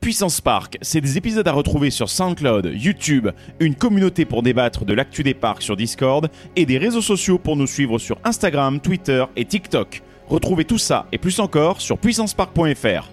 Puissance Park, c'est des épisodes à retrouver sur SoundCloud, YouTube, une communauté pour débattre de l'actu des parcs sur Discord et des réseaux sociaux pour nous suivre sur Instagram, Twitter et TikTok. Retrouvez tout ça et plus encore sur puissancepark.fr.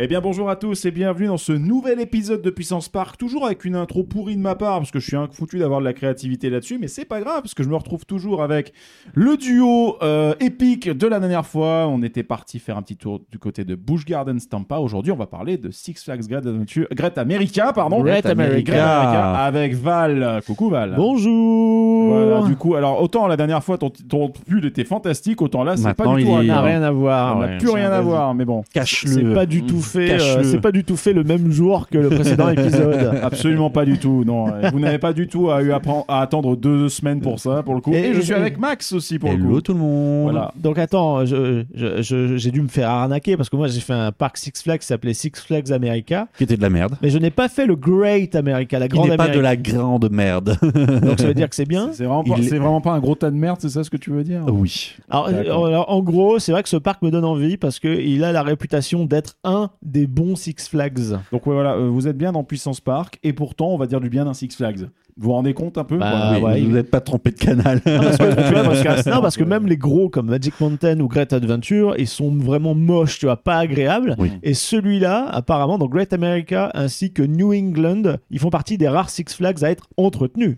Eh bien bonjour à tous et bienvenue dans ce nouvel épisode de Puissance Park, toujours avec une intro pourrie de ma part, parce que je suis un foutu d'avoir de la créativité là-dessus, mais c'est pas grave, parce que je me retrouve toujours avec le duo euh, épique de la dernière fois. On était parti faire un petit tour du côté de Bush Gardens Tampa. Aujourd'hui, on va parler de Six Flags Great Adventure, Great America, pardon. Great America. Great America, avec Val. Coucou Val. Bonjour Voilà, du coup, alors autant la dernière fois ton, ton pull était fantastique, autant là c'est pas Maintenant, du tout. il un- n'a rien à voir. on n'a ouais. plus rien à Vas-y. voir, mais bon. Cache-le. Mm, C'est pas du tout fait. Cache-le. euh, c'est pas du tout fait le même jour que le précédent épisode. Absolument pas du tout, non. Euh, Vous n'avez pas du tout à, eu à, prendre- à attendre deux semaines pour ça, pour le coup. Et, Et- je suis et- avec Max aussi, pour le coup. Hello tout le monde. Voilà. Donc attends, je- je- je- j'ai dû me faire arnaquer parce que moi j'ai fait un parc Six Flags qui s'appelait Six Flags America, Qui était de la merde. mais je n'ai pas fait le Great America, la Qui grande n'est pas Amérique. de la grande merde. Donc ça veut dire que c'est bien. C'est vraiment, pas- Il est- Euh, c'est vraiment pas un gros tas de merde, c'est ça ce que tu veux dire oui. Alors, D'accord. euh, alors, en gros, c'est vrai que ce parc me donne envie parce que il a la réputation d'être un des bons Six Flags. Donc ouais, voilà, euh, vous êtes bien dans Puissance Park, et pourtant, on va dire du bien d'un Six Flags. Vous vous rendez compte un peu Bah, Voilà. Oui, ouais, vous il- n'êtes pas trompé de canal. Non, parce que, tu vois, parce que- non, parce que Ouais. même les gros comme Magic Mountain ou Great Adventure, ils sont vraiment moches, tu vois, pas agréables. Oui. Et celui-là, apparemment, dans Great America ainsi que New England, ils font partie des rares Six Flags à être entretenus.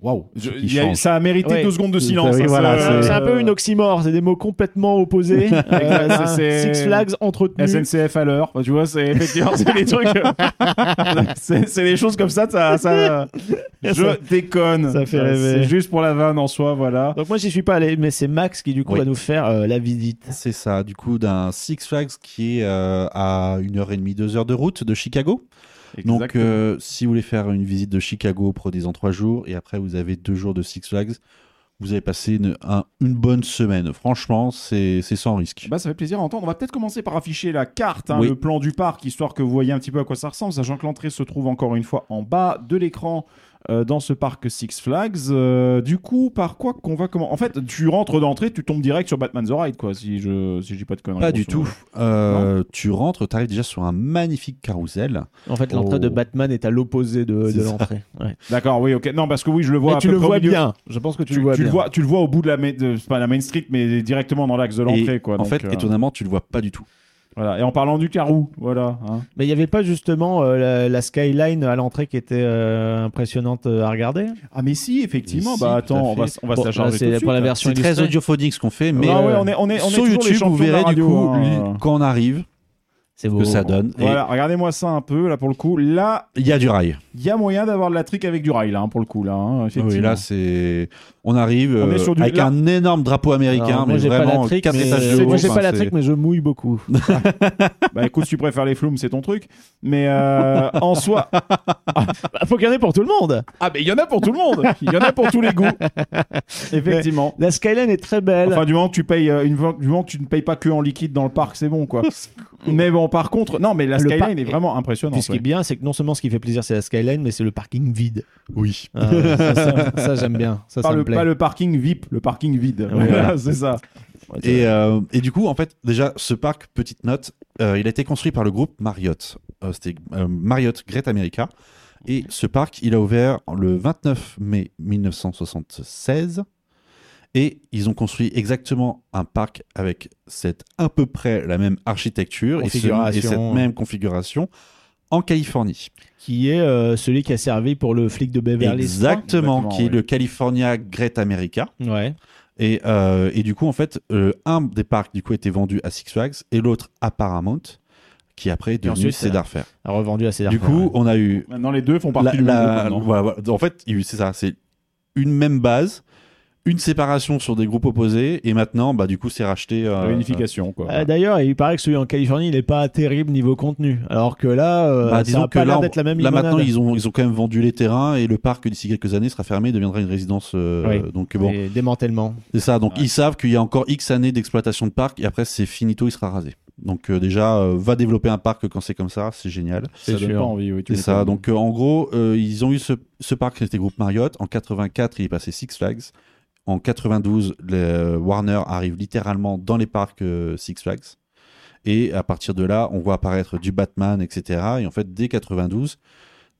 Waouh Je- Il il y a- change. Ça a mérité Ouais. deux secondes de Oui, silence. hein, voilà, ça, Euh, c'est- c'est un peu une oxymore, c'est des mots complètement opposés. Euh, Exact, c'est- Six Flags entretenus. SNCF à l'heure, Enfin, tu vois, c'est effectivement c'est des trucs, euh, c'est c'est des choses comme ça, ça, ça- Ça- je déconne. ça fait Euh, rêver. C'est juste pour la vanne en soi, voilà. Donc moi j'y suis pas allé, mais c'est Max qui du coup Oui. va nous faire euh, la visite. C'est ça, du coup, d'un Six Flags qui est euh, à une heure et demie, deux heures de route de Chicago. Donc, Exactement. euh, si vous voulez faire une visite de Chicago, prenez-en trois jours et après vous avez deux jours de Six Flags. Vous avez passé une, un- une bonne semaine. Franchement, c'est c'est sans risque. Bah, ça fait plaisir à entendre. On va peut-être commencer par afficher la carte, hein, Oui. le plan du parc, histoire que vous voyez un petit peu à quoi ça ressemble, sachant que l'entrée se trouve encore une fois en bas de l'écran euh, dans ce parc Six Flags. Euh, du coup, par quoi qu'on va comment En fait, tu rentres d'entrée, tu tombes direct sur Batman The Ride, quoi, si je, si je dis pas de conneries. Pas du grosso tout. modo. Euh, tu rentres, tu arrives déjà sur un magnifique carrousel. En fait l'entrée Oh. de Batman est à l'opposé de, C'est de ça. l'entrée. Ouais. D'accord, oui, ok. Non, parce que oui, je le vois. Mais à tu peu le près au vois milieu. bien. Je pense que tu, Tu, le vois tu le bien. vois, tu le vois au bout de la, main- de- c'est pas la main street, mais directement dans l'axe de l'entrée, quoi. en Donc, fait, euh, étonnamment, tu le vois pas du tout. voilà. Et en parlant du carreau, voilà. hein. Mais il y avait pas justement euh, la, la skyline à l'entrée qui était euh, impressionnante euh, à regarder. Ah, mais si, effectivement. Mais si, bah tout à attends, on va, fait. s- on va Bon, se la là, charger. c'est tout de suite, hein. pour la là. version C'est très illustrée. audiophonique ce qu'on fait, mais Ah ouais, euh, on est, on est, on est sur toujours les YouTube, champions vous de la verrez du radio, coup hein. quand on arrive C'est que ça donne. Et Voilà, regardez-moi ça un peu, là, pour le coup. Là, Il y a du rail. il y a moyen d'avoir de la trick avec du rail, là, hein, pour le coup, là. hein, effectivement. Oui, là, c'est. On arrive On est euh, sur du- avec là- un énorme drapeau américain, Alors, moi, hein, mais j'ai pas vraiment la trick, quatre mais- étages de C'est- haut. Moi j'ai enfin, pas la c'est- trick mais je mouille beaucoup. Bah écoute, tu préfères les floumes, c'est ton truc. Mais euh, en soi. Bah, Faut qu'il y en ait pour tout le monde. Ah, mais il y en a pour tout le monde Il y en a pour tous les goûts Effectivement. La skyline est très belle. Enfin, du moment que tu payes, euh, une, fois- du moment que tu ne payes pas que en liquide dans le parc, c'est bon, quoi. mais bon, par contre, non, mais la Le skyline parc- est vraiment impressionnante. Puis ce qui est ouais. bien, c'est que non seulement ce qui fait plaisir, c'est la skyline, mais c'est le parking vide. Oui. Ah, ça, ça- ça, j'aime bien. Ça, Pas ça le, me plaît. pas le parking VIP, le parking vide. Ouais, Voilà, c'est ça. Et, euh, et du coup, en fait, déjà, ce parc, petite note, euh, il a été construit par le groupe Marriott. Euh, C'était euh, Marriott Great America. Et ce parc, il a ouvert le 29 mai 1976. Et ils ont construit exactement un parc avec cette à peu près la même architecture et, ce- et cette Configuration. même configuration en Californie. Qui est euh, celui qui a servi pour le flic de Beverly Hills. exactement, Exactement, qui est oui. le California Great America. Ouais. Et, euh, et du coup, en fait, euh, un des parcs du coup était vendu à Six Flags et l'autre à Paramount, qui après est devenu ensuite, Cedar Fair. A revendu à Cedar Du Fair, coup, ouais. on a eu Maintenant, les deux font partie la- du même la- groupe, maintenant. voilà, voilà. en fait, il y a eu- c'est ça, c'est une même base, une séparation sur des groupes opposés et maintenant, bah du coup, c'est racheté. euh, La unification, quoi. Euh, D'ailleurs, il paraît que celui en Californie, il n'est pas terrible niveau contenu. Alors que là, euh, euh, bah, ça disons n'a que pas là, l'air on- d'être la même là limonade. maintenant, ils ont ils ont quand même vendu les terrains et le parc d'ici quelques années sera fermé, et deviendra une résidence. euh, Oui. Donc bon, Et démantèlement. C'est ça, donc Ouais. ils savent qu'il y a encore X années d'exploitation de parc et après c'est finito, il sera rasé. Donc euh, déjà, euh, va développer un parc quand c'est comme ça, c'est génial. ça c'est donne sûr. pas envie, oui, tu C'est ça, m'étonnes. donc euh, en gros, euh, ils ont eu ce, ce parc qui était groupe Marriott. En 84, il est passé Six Flags. En 92, le- Warner arrive littéralement dans les parcs euh, Six Flags. Et à partir de là, on voit apparaître du Batman, etc. Et en fait, dès 92,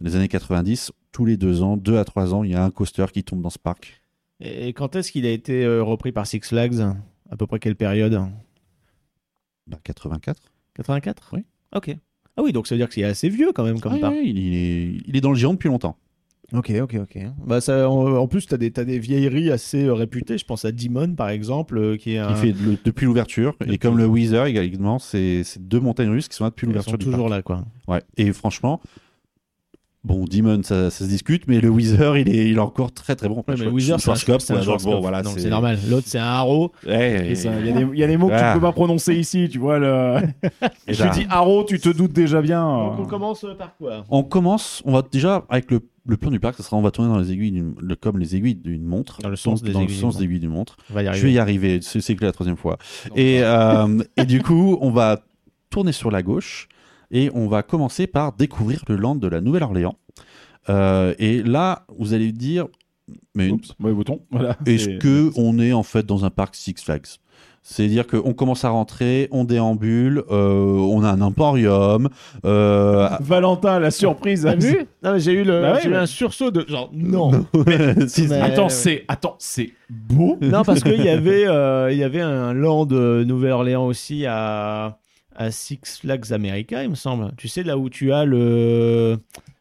les années 90, tous les deux ans, deux à trois ans, il y a un coaster qui tombe dans ce parc. Et quand est-ce qu'il a été euh, repris par Six Flags À peu près quelle période Bah, 84 84 Oui. Ok. Ah oui, donc ça veut dire qu'il est assez vieux quand même comme Ouais, parc. ouais, il, il est, il est dans le géant depuis longtemps. Ok, ok, ok. Bah ça, en, en plus, t'as des, t'as des vieilleries assez euh, réputées. Je pense à Demon, par exemple, euh, qui est un... Il fait le- depuis l'ouverture. Et Depuis- comme le Weezer également, c'est c'est deux montagnes russes qui sont là depuis Ils l'ouverture sont du toujours là, quoi. parc. Ouais. Et franchement, bon, Demon, ça, ça se discute, mais le Weezer, il est, il est encore très très bon. Ouais, mais Schwar- Wizard, c'est un Schwarzkopf, c'est un ouais, donc Schwarzkopf. bon, voilà, donc c'est normal. L'autre, c'est un Haro. Ouais, C'est et- ça, Il y, a des- il y a des mots que tu Ah. ne peux pas prononcer ici, tu vois. Le... et Je là, dis haro, tu te doutes déjà bien. euh. Donc on commence euh, par quoi On commence, on va déjà avec le, le plan du parc, ça sera on va tourner dans les aiguilles d'une- le- comme les aiguilles d'une montre. Dans le sens Donc, des dans le aiguilles Ah sens d'une des aiguilles d'une montre. On va y Je vais arriver. y arriver, c'est c'est que la troisième fois. Non, Et, euh, et du coup, on va tourner sur la gauche et on va commencer par découvrir le land de la Nouvelle-Orléans. Euh, et là, vous allez dire, mais Oups, mauvais bouton. Voilà. est-ce Et- que on est en fait dans un parc Six Flags C'est-à-dire qu'on commence à rentrer, on déambule, euh, on a un emporium. euh, Valentin, la surprise. T'as vu Non, mais j'ai eu, le, Bah ouais, j'ai eu mais- un sursaut de genre non. si- Mais- Attends, ouais. c'est attends, c'est beau. Non, parce qu'il y avait, euh, il y avait un land de Nouvelle-Orléans aussi à, à Six Flags America, il me semble. Tu sais, là où tu as le.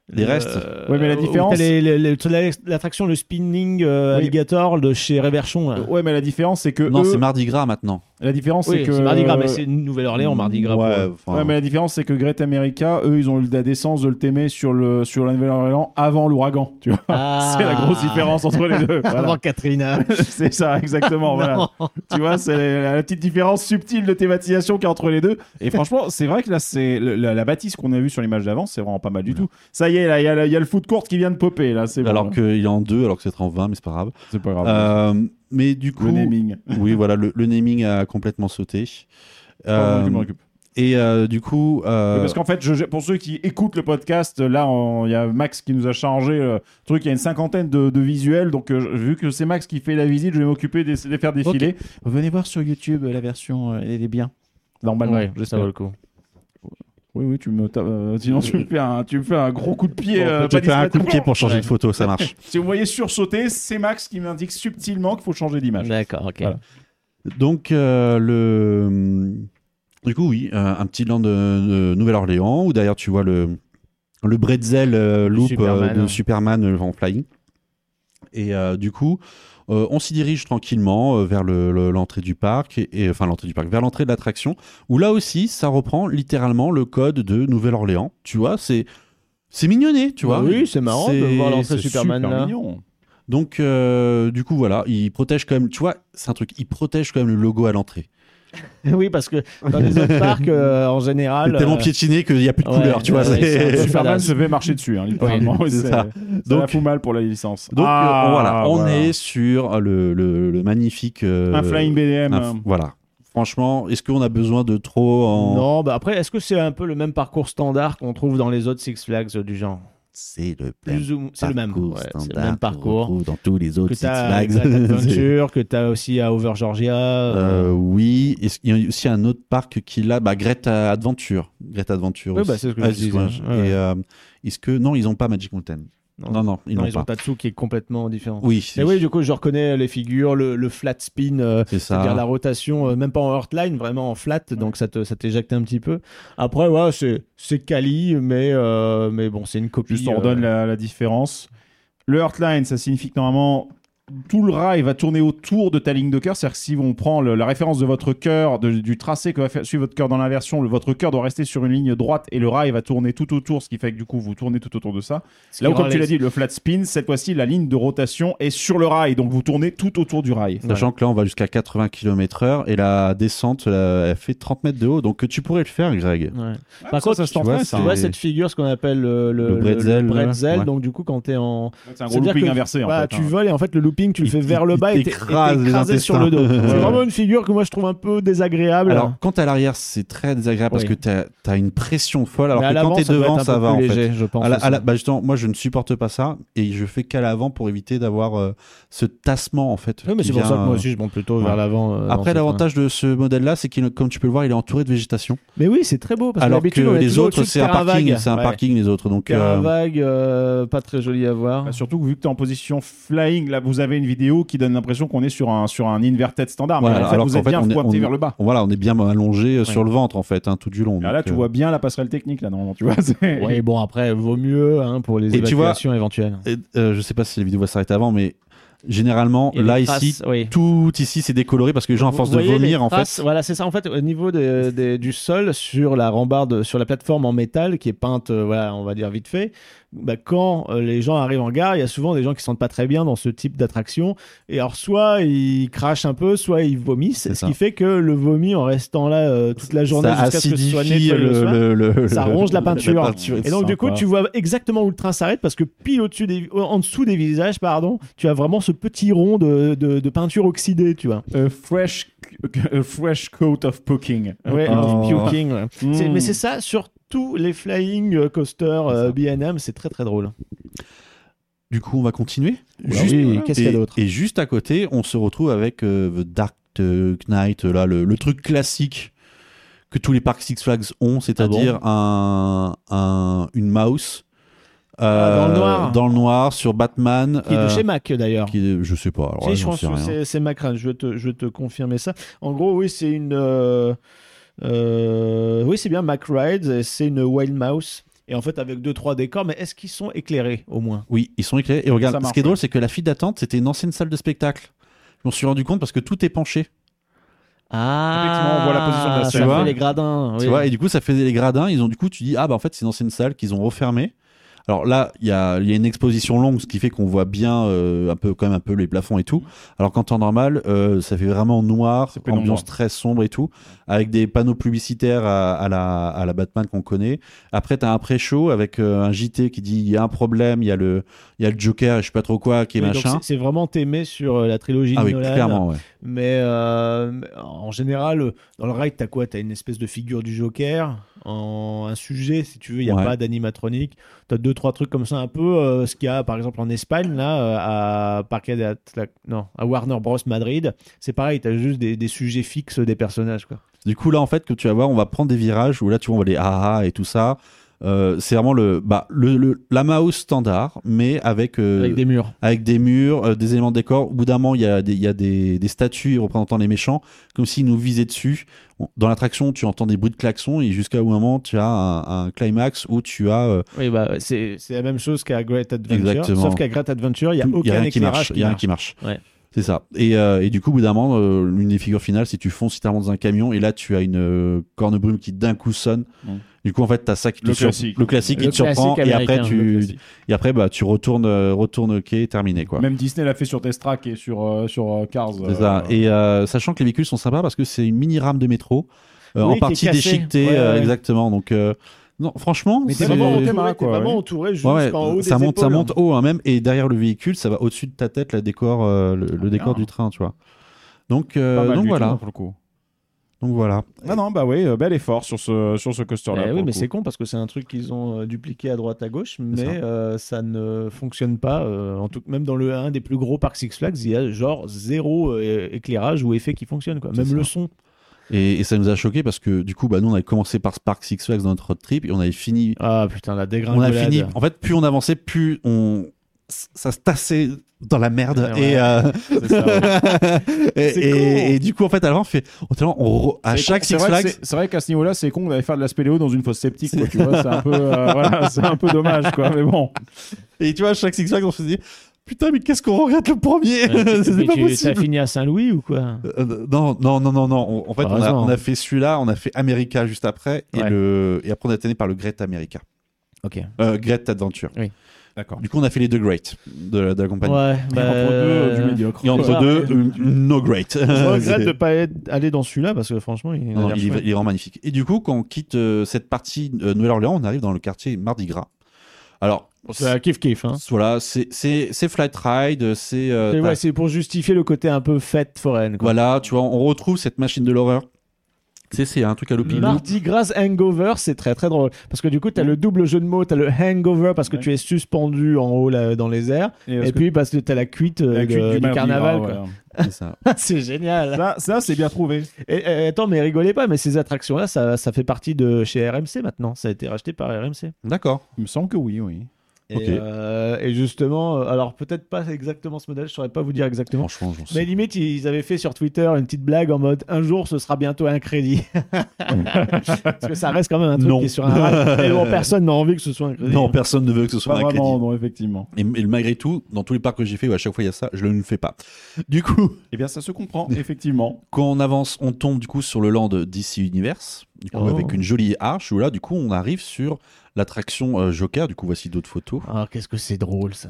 Les le- restes. Ouais, mais la où différence- t'as les- les- les- t'as la- L'attraction, le spinning euh, Oui. alligator de chez Reverchon. là. Ouais, mais la différence, c'est que Non, eux- c'est Mardi Gras maintenant. la différence, Oui, c'est que c'est Mardi Gras, mais c'est Nouvelle-Orléans, Mardi Gras. pour Ouais, eux. enfin, Ouais, mais la différence, c'est que Great America, eux, ils ont eu la décence de le t'aimer sur le sur la Nouvelle-Orléans avant l'ouragan. Tu vois, Ah. c'est la grosse différence entre les deux. voilà. Avant Katrina. c'est ça, exactement. voilà. Non. Tu vois, c'est la la petite différence subtile de thématisation qu'il y a entre les deux. Et franchement, c'est vrai que là, c'est le- la, la bâtisse qu'on a vue sur l'image d'avant, c'est vraiment pas mal du tout. Ça y est, là, il y, a le- il y a le foot court qui vient de popper. Là, c'est bon, alors là. qu'il est en deux, alors que c'est en 20, mais c'est pas grave. c'est pas grave. Euh, mais du coup, le naming. oui, voilà, le, le naming a complètement sauté. Pardon, je me Euh, récupère. et euh, du coup, euh, Oui, Parce qu'en fait, je- je- pour ceux qui écoutent le podcast, là, on- il y a Max qui nous a chargé le truc. Il y a une cinquantaine de, de visuels. Donc, euh, je- vu que c'est Max qui fait la visite, je vais m'occuper de de les faire défiler. Venez voir sur YouTube euh, la version, euh, elle est bien. Normalement, Ouais, ça j'espère. vaut le coup. Oui, oui, tu me tapes, euh, sinon, tu me, fais un, tu me fais un gros coup de pied. Bon, euh, je pas vais faire un discret. coup de pied pour changer de photo, ça marche. Si vous voyez sursauter, c'est Max qui m'indique subtilement qu'il faut changer d'image. D'accord, ok. Voilà. Donc, euh, le... du coup, oui, euh, un petit land de, de Nouvelle-Orléans où d'ailleurs tu vois le, le Bretzel euh, loop Superman, euh, de hein. Superman euh, en flying. Et euh, du coup, euh, on s'y dirige tranquillement euh, vers le- le- l'entrée du parc, et, et- enfin l'entrée du parc, vers l'entrée de l'attraction, où là aussi, ça reprend littéralement le code de Nouvelle-Orléans. Tu vois, c'est c'est mignonné, tu vois. Bah oui, c'est marrant de voir l'entrée c'est Superman Super là. mignon. donc, euh, du coup, voilà, il protège quand même, tu vois, c'est un truc, il protège quand même le logo à l'entrée. Oui, parce que dans les autres parcs, euh, en général. C'est tellement euh, piétiné qu'il n'y a plus de ouais, couleur, tu vois. ouais, c'est- c'est un- Superman Badass. se fait marcher dessus, hein, littéralement. Oui, c'est C'est- ça. Ça la Donc- fout mal pour la licence. Donc, euh, Ah, voilà, on voilà. est sur le, le- le magnifique. euh, Un flying BDM. un- voilà. Franchement, est-ce qu'on a besoin de trop en. Non, bah après, est-ce que c'est un peu le même parcours standard qu'on trouve dans les autres Six Flags euh, du genre C'est le même. Plus ou moins. C'est le même. parcours ouais, c'est le standard même qu'on parcours. retrouve dans tous les Que autres Six t'as Flags. Great C'est- Adventure, que t'as aussi à Over Georgia. Euh, oui, est-ce qu'il y a aussi un autre parc qui l'a bah, Greta Adventure. Greta Adventure Oui, aussi. Ah, bah, c'est ce que je disais. excuse-moi. Ouais, ouais. Et, euh, est-ce que. Non, ils n'ont pas Magic Mountain. Non. Non, non, ils non, n'ont ils ont pas. Tatsu qui est complètement différent. Oui, c'est Et oui, du coup, je reconnais les figures, le, le flat spin, euh, c'est c'est-à-dire ça. la rotation, euh, même pas en hurtline, vraiment en flat, donc ça te ça t'éjecte un petit peu. Après, ouais, c'est c'est quali, mais euh, mais bon, c'est une copie. euh, Juste, on euh, redonne la, la différence. Le Heartline, ça signifie que normalement, tout le rail va tourner autour de ta ligne de cœur. C'est-à-dire que si on prend le- la référence de votre cœur, de- du tracé que va faire, suivre votre cœur dans l'inversion, le- votre cœur doit rester sur une ligne droite et le rail va tourner tout autour, ce qui fait que du coup, vous tournez tout autour de ça. Là où, comme tu l'as dit, le flat spin, cette fois-ci, la ligne de rotation est sur le rail. Donc, vous tournez tout autour du rail. Sachant que là, on va jusqu'à 80 km/h et la descente, là, elle fait 30 mètres de haut. Donc, tu pourrais le faire, Greg. Ouais. Ah, Par ça, contre, ça se tu tente vois, pas, c'est ça. Tu vois Et- cette figure, ce qu'on appelle le, Le bretzel, là. bretzel, Ouais. donc du coup, quand t'es en. C'est un gros c'est-à-dire looping que- inversé. en Bah, fait, tu hein. voles et en fait, le loop camping, tu le Il- fais il- vers le il bas et t'es- et t'es t'écrase les écrasé sur le intestins. dos. C'est Ouais. vraiment une figure que moi je trouve un peu désagréable. Alors, quand t'es à l'arrière, c'est très désagréable Oui. parce que t'as- t'as as une pression folle, alors Mais à que quand l'avant, t'es ça doit devant, être un ça peu va en plus fait. léger, je pense. À la- à la- aussi. bah, justement, moi, je ne supporte pas ça et je fais qu'à l'avant pour éviter d'avoir euh, ce tassement en fait. Oui, mais qui c'est pour vient, ça que moi euh, aussi je monte plutôt ouais. vers l'avant. euh, dans Après, ce l'avantage de ce modèle-là, c'est qu'il, comme tu peux le voir, il est entouré de végétation. train. Mais oui, c'est très beau parce alors que, que d'habitude, on est les toujours autres, au-dessus de c'est un terrain parking. vague. C'est un Ouais. parking, les autres. Donc, Terrain euh, vague, euh, pas très joli à voir. Bah, surtout que vu que t'es en position flying, là vous avez une vidéo qui donne l'impression qu'on est sur un, sur un inverted standard. mais Voilà, en fait, alors vous qu'en êtes fait, bien on est- pointé on- vers le bas. voilà, on est bien allongé euh, sur le ventre en fait, hein, tout du long. Ah, là, donc, tu euh, vois bien la passerelle technique, là, normalement, tu vois. c'est- Oui, bon, après, vaut mieux hein, pour les Et tu vois- évacuations éventuelles. et, euh, je sais pas si la vidéo va s'arrêter avant, mais généralement, Et là les ici, traces, oui. tout ici, c'est décoloré parce que les gens, à Vous force de voyez les vomir, en traces, fait, Voilà, c'est ça. En fait, au niveau des- des- du sol, sur la rambarde, sur la plateforme en métal qui est peinte, euh, voilà, on va dire vite fait, bah, quand euh, les gens arrivent en gare, il y a souvent des gens qui se sentent pas très bien dans ce type d'attraction. Et alors, soit ils crachent un peu, soit ils vomissent. C'est Ce ça. qui fait que le vomi, en restant là euh, toute la journée, ça jusqu'à ce que ce soit acidifie nettoyé le le, soir, le- le- ça le- ronge la peinture. Et donc, c'est du coup, sympa. tu vois exactement où le train s'arrête parce que pile au-dessus des, en dessous des visages, pardon, tu as vraiment ce petit rond de, de, de peinture oxydée, tu vois. A fresh, a fresh coat of poking. Ouais, Oh. puking, ouais. C'est- Mm. Mais c'est ça sur tous les flying euh, coasters euh, B&M, Hmm. c'est très très drôle. Du coup, on va continuer. Oula, Bah oui, oui, qu'est-ce et- qu'il y a d'autre Et juste à côté, on se retrouve avec euh, The Dark euh, Knight, euh, là, le, le truc classique que tous les parcs Six Flags ont, c'est-à-dire un, un- une mouse. euh, Ah, dans le noir. dans le noir, sur Batman. Qui est euh, de chez Mac d'ailleurs. qui est- je sais pas. alors Si, là, je j'en pense sais que rien. c'est- c'est Macron, je vais te, je vais te confirmer ça. En gros, oui, c'est une. euh, euh, oui, c'est bien MacRides, et c'est une Wild Mouse. Et en fait, avec deux trois décors, mais est-ce qu'ils sont éclairés au moins Oui, ils sont éclairés. Et regarde, Ça ce qui est marche, ouais. drôle, c'est que la file d'attente, c'était une ancienne salle de spectacle. Je m'en suis rendu compte parce que tout est penché. Ah Effectivement, on voit la position de la Ça scène. Tu fait vois les gradins. Tu oui. vois, et du coup, ça faisait les gradins. Ils ont du coup, tu dis, ah bah en fait, c'est une ancienne salle qu'ils ont refermée. Alors là, il y a, il y a une exposition longue, ce qui fait qu'on voit bien euh, un peu, quand même un peu les plafonds et Mhm. tout. Alors qu'en temps normal, euh, ça fait vraiment noir, C'est pénombre. ambiance très sombre et tout, avec des panneaux publicitaires à, à la, à la Batman qu'on connaît. Après, t'as un pré-show avec euh, un JT qui dit, il y a un problème, il y a le, il y a le Joker, et je sais pas trop quoi, qui est Oui, donc machin. c'est- C'est vraiment aimé sur euh, la trilogie Ah de oui, Nolan. clairement, ouais. Mais euh, en général, euh, dans le ride, t'as quoi T'as une espèce de figure du Joker, en un sujet, si tu veux, il n'y a Ouais. pas d'animatronique. T'as deux, trois trucs comme ça, un peu euh, ce qu'il y a par exemple en Espagne, là, euh, à, Parque de Atla- non, à Warner Bros. Madrid. C'est pareil, t'as juste des, des sujets fixes des personnages. Quoi. Du coup, là, en fait, que tu vas voir, on va prendre des virages où là, tu vois, on va aller ah ah et tout ça. Euh, c'est vraiment le, bah, le, le- la Mao standard, mais avec, euh, Avec des murs. avec des murs, euh, des éléments de décor. Au bout d'un moment, il y a, des, il y a des, des statues représentant les méchants, comme s'ils nous visaient dessus. On- Dans l'attraction, tu entends des bruits de klaxons et jusqu'à un moment, tu as un, un climax où tu as euh, Oui, bah, c'est c'est la même chose qu'à Great Adventure. Exactement. Sauf qu'à Great Adventure, il n'y a tout- il y aucun rien qui éclairage marche. qui Il y a rien marche. qui marche. Ouais. C'est ça. Et, euh, et du coup, au bout d'un moment, euh, l'une des figures finales, c'est tu fonces, si tu dans un camion, et là, tu as une euh, corne brume qui d'un coup sonne. Mm. Du coup, en fait, tu as ça qui te Le sur- classique. le classique qui Le te surprend, classique et après, américain, le tu, classique. et après bah, tu retournes, euh, retournes au quai, terminé. Quoi. Même Disney l'a fait sur Test Track et sur, euh, sur euh, Cars. C'est ça. euh, Et euh, sachant que les véhicules sont sympas parce que c'est une mini rame de métro, euh, Oui, en qui est partie cassée. déchiquetée, Ouais, euh, ouais. exactement. Donc, euh, non, franchement, Mais t'es c'est- vraiment au Ouais, thème, entouré, t'es quoi, vraiment ouais. entouré jusqu'en ouais, haut ça des monte, ça épaules. monte haut hein, même, et derrière le véhicule, ça va au-dessus de ta tête, la décor, euh, le, le décor bien. du train, tu vois. Donc, pas euh, mal donc du voilà. tout, hein, pour le coup. Donc voilà. Ah non, bah oui, euh, bel effort sur ce, sur ce coaster-là. Eh pour oui, le mais coup. c'est con parce que c'est un truc qu'ils ont euh, dupliqué à droite à gauche, mais ça. euh, ça ne fonctionne pas. euh, en tout, même dans le un des plus gros parcs Six Flags, il y a genre zéro euh, éclairage ou effet qui fonctionne. Quoi. C'est Même ça. le son. Et, et ça nous a choqué parce que du coup, bah, nous, on avait commencé par Spark Six Flags dans notre road trip et on avait fini. Ah putain, la On a dégringolade. fini. En fait, plus on avançait, plus on. Ça se tassait dans la merde. Ouais, ouais. Et, euh, C'est ça, ouais. et, C'est et- con. et du coup, en fait, à la fin, on fait. on- tellement, on re- à C'est chaque con- Six c'est vrai que Flags. c'est- C'est vrai qu'à ce niveau-là, c'est con d'aller faire de la spéléo dans une fosse sceptique. quoi, tu vois, c'est un peu, euh, voilà, c'est un peu dommage, quoi. Mais bon, Et tu vois, à chaque Six Flags, on se dit Putain, mais qu'est-ce qu'on regrette le premier Ouais, C'est mais pas tu- T'as possible. fini à Saint-Louis ou quoi Euh, non, non, non, non, non. On- en fait, on a, Heureusement. on a fait celui-là, on a fait America juste après, et, Ouais. le, et après on a terminé par le Great America, Ok. euh, Great Adventure. d'accord. Du coup, on a fait les deux Great de la, de la compagnie. Ouais, Et bah, Entre deux, euh, du médiocre. Et entre Ah, deux, ok. une- une no great. Je regrette C'est- de pas être, aller dans celui-là parce que franchement, il, Non, a l'air il, est, chouette. il est vraiment magnifique. Et du coup, quand on quitte euh, cette partie euh, Nouvelle-Orléans, on arrive dans le quartier Mardi Gras. Alors, Ça kiff kiff. Hein. Voilà, c'est- c'est c'est flat ride, c'est. euh, C'est t'as- ouais, c'est pour justifier le côté un peu fête foraine. Quoi. voilà, tu vois, on retrouve cette machine de l'horreur. Tu sais, c'est un truc à l'opinion. Mardi Gras Hangover, c'est très très drôle. Parce que du coup, t'as le double jeu de mots, t'as le hangover parce que Ouais. tu es suspendu en haut là, dans les airs, parce et que puis parce que t'as la cuite, euh, la de- cuite du du, Mardi carnaval. Gras, quoi. ouais. C'est ça. c'est génial. Ça, ça, c'est bien trouvé. Et, et- attends, mais rigolez pas, mais ces attractions-là, ça, ça fait partie de chez RMC maintenant. Ça a été racheté par RMC. D'accord. Il me semble que oui, oui. Et, Ok. euh, et justement, euh, alors peut-être pas exactement ce modèle, je saurais pas vous dire exactement. Franchement, j'en sais. Mais limite, ils avaient fait sur Twitter une petite blague en mode un jour ce sera bientôt un crédit. Parce que ça reste quand même un truc Non. qui est sur un rack. Et bon, personne n'a envie que ce soit un crédit. Non, personne ne veut que ce soit Pas un crédit. vraiment, non, effectivement. Et, et malgré tout, dans tous les parcs que j'ai fait où à chaque fois il y a ça, je ne le fais pas. Du coup, Eh bien, ça se comprend, effectivement. quand on avance, on tombe du coup sur le land DC Universe, du coup, Oh. avec une jolie arche où là, du coup, on arrive sur l'attraction euh, Joker. Du coup, voici d'autres photos. Ah, qu'est-ce que c'est drôle ça.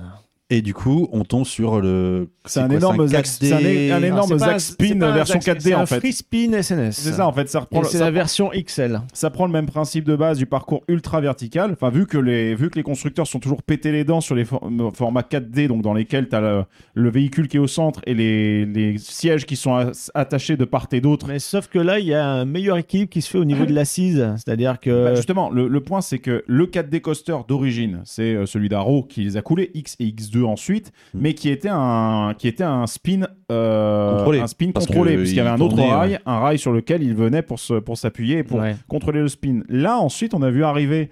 Et du coup, on tombe sur le. C'est un quoi, énorme c'est un Zack- c'est un é- un Non, énorme Alors, Ah, c'est pas un- Zack c'est Spin pas un version Zack- 4D, c'est en un fait. Free Spin SNS. C'est ça, en fait. Ça reprend, Et le- c'est ça la version XL. ça prend le même principe de base du parcours ultra vertical. Enfin, vu que les, vu que les constructeurs sont toujours pétés les dents sur les for- euh, formats 4D, donc dans lesquels tu as le, le véhicule qui est au centre et les, les sièges qui sont as- attachés de part et d'autre. Mais sauf que là, il y a un meilleur équilibre qui se fait au niveau de l'assise. C'est-à-dire Bah, que. justement, le, le point, c'est que le 4D coaster d'origine, c'est euh, celui d'Arrow qui les a coulés, X et X2 ensuite, Mm. mais qui était un, qui était un spin euh, Contrôlé. un spin Parce que contrôlé, puisqu'il y avait il un autre tournait, rail, un rail sur lequel il venait pour se- pour s'appuyer et pour Ouais. contrôler le spin. Là, ensuite, on a vu arriver.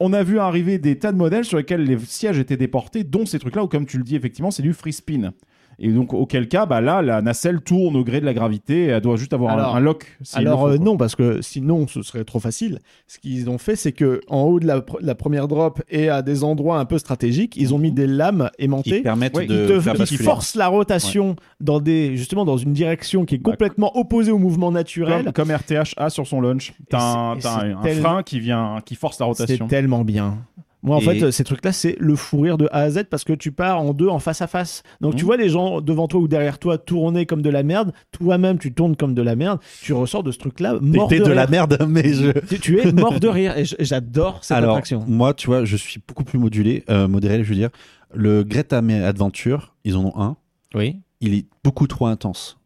On a vu arriver des tas de modèles sur lesquels les sièges étaient déportés, dont ces trucs-là, où comme tu le dis, effectivement, c'est du free spin. Et donc, auquel cas, bah là, la nacelle tourne au gré de la gravité, elle doit juste avoir un- Alors- un, lock. s'il le Alors faut, euh, quoi. non, parce que sinon ce serait trop facile. Ce qu'ils ont fait, c'est que en haut de la, pr- la première drop et à des endroits un peu stratégiques, ils ont mis des lames Ils aimantées permettent Ouais, de qui, te- faire qui basculer. forcent la rotation dans des justement dans une direction qui est Bah, complètement opposée au mouvement naturel. Comme, comme RTH a sur son lunch, Et c'est- t'as un, et t'as c'est un- un tel- frein qui, vient, qui force la rotation. C'est tellement bien. Moi, en Et- fait, euh, ces trucs-là, c'est le fou rire de A à Z parce que tu pars en deux, en face à face. Donc, tu Mmh. Mhm. vois les gens devant toi ou derrière toi tourner comme de la merde. Toi-même, tu tournes comme de la merde. Tu ressors de ce truc-là mort de, T'es de rire. la merde, mais je. Tu, tu es mort de rire. Et j- j'adore cette Alors, attraction. moi, tu vois, je suis beaucoup plus modulé, euh, modéré, je veux dire. Le Greta May Adventure, ils en ont un. Oui. Il est beaucoup trop intense.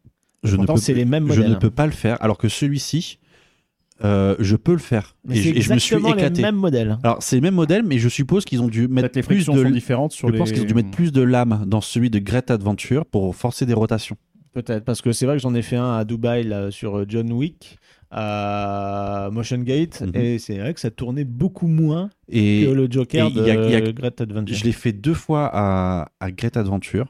Je ne, Pourtant, peux, c'est les mêmes je ne modèles. hein. peux pas le faire. Alors que celui-ci, euh, je peux le faire. Mais et c'est je, et je me suis exactement éclaté. les mêmes modèles. Alors, c'est les mêmes modèles, mais je suppose qu'ils ont dû mettre Peut-être les plus frictions de. sont différentes sur Je les... pense qu'ils ont dû mettre plus de lames dans celui de Greta Adventure pour forcer des rotations. Peut-être parce que c'est vrai que j'en ai fait un à Dubaï là, sur euh, John Wick à Motion Gate Mhm. et c'est vrai que ça tournait beaucoup moins Et que le Joker et il y a- de il y a- Great Adventure. je l'ai fait deux fois à, à Greta Adventure.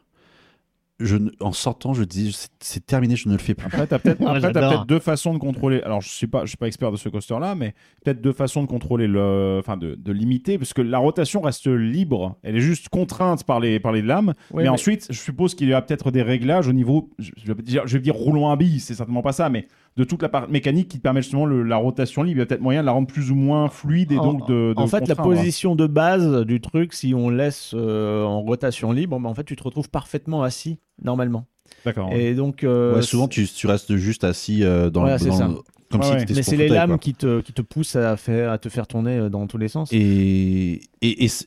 Je, ne- en sortant, je dis c'est- c'est terminé, je ne le fais plus. Après, t'as peut-être Moi, après, t'as j'adore. peut-être deux façons de contrôler. Alors, je suis pas, je suis pas expert de ce coaster-là, mais peut-être deux façons de contrôler le, enfin, de, de limiter, parce que la rotation reste libre. Elle est juste contrainte par les, par les lames. Ouais, mais, mais- ensuite, je suppose qu'il y a peut-être des réglages au niveau, je, je vais dire, je vais dire roulant à billes, c'est certainement pas ça, mais de toute la part mécanique qui te permet justement le- la rotation libre. Il y a peut-être moyen de la rendre plus ou moins fluide et En- donc de. de en fait, la hein. contraindre. hein. position de base du truc, si on laisse euh, en rotation libre, bah, en fait, tu te retrouves parfaitement assis normalement. D'accord. Et donc, euh, Ouais, souvent, tu, tu restes juste assis euh, dans, Voilà, le- c'est dans ça. le- comme Ouais, si ouais. t'étais mais sur c'est ton les fauteuil, lames quoi. qui te, qui te poussent à, faire, à te faire tourner euh, dans tous les sens. Et, et, et c'est-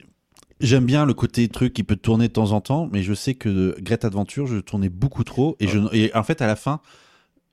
j'aime bien le côté truc qui peut tourner de temps en temps, mais je sais que Great Adventure, je tournais beaucoup trop. Et, je, et en fait, à la fin,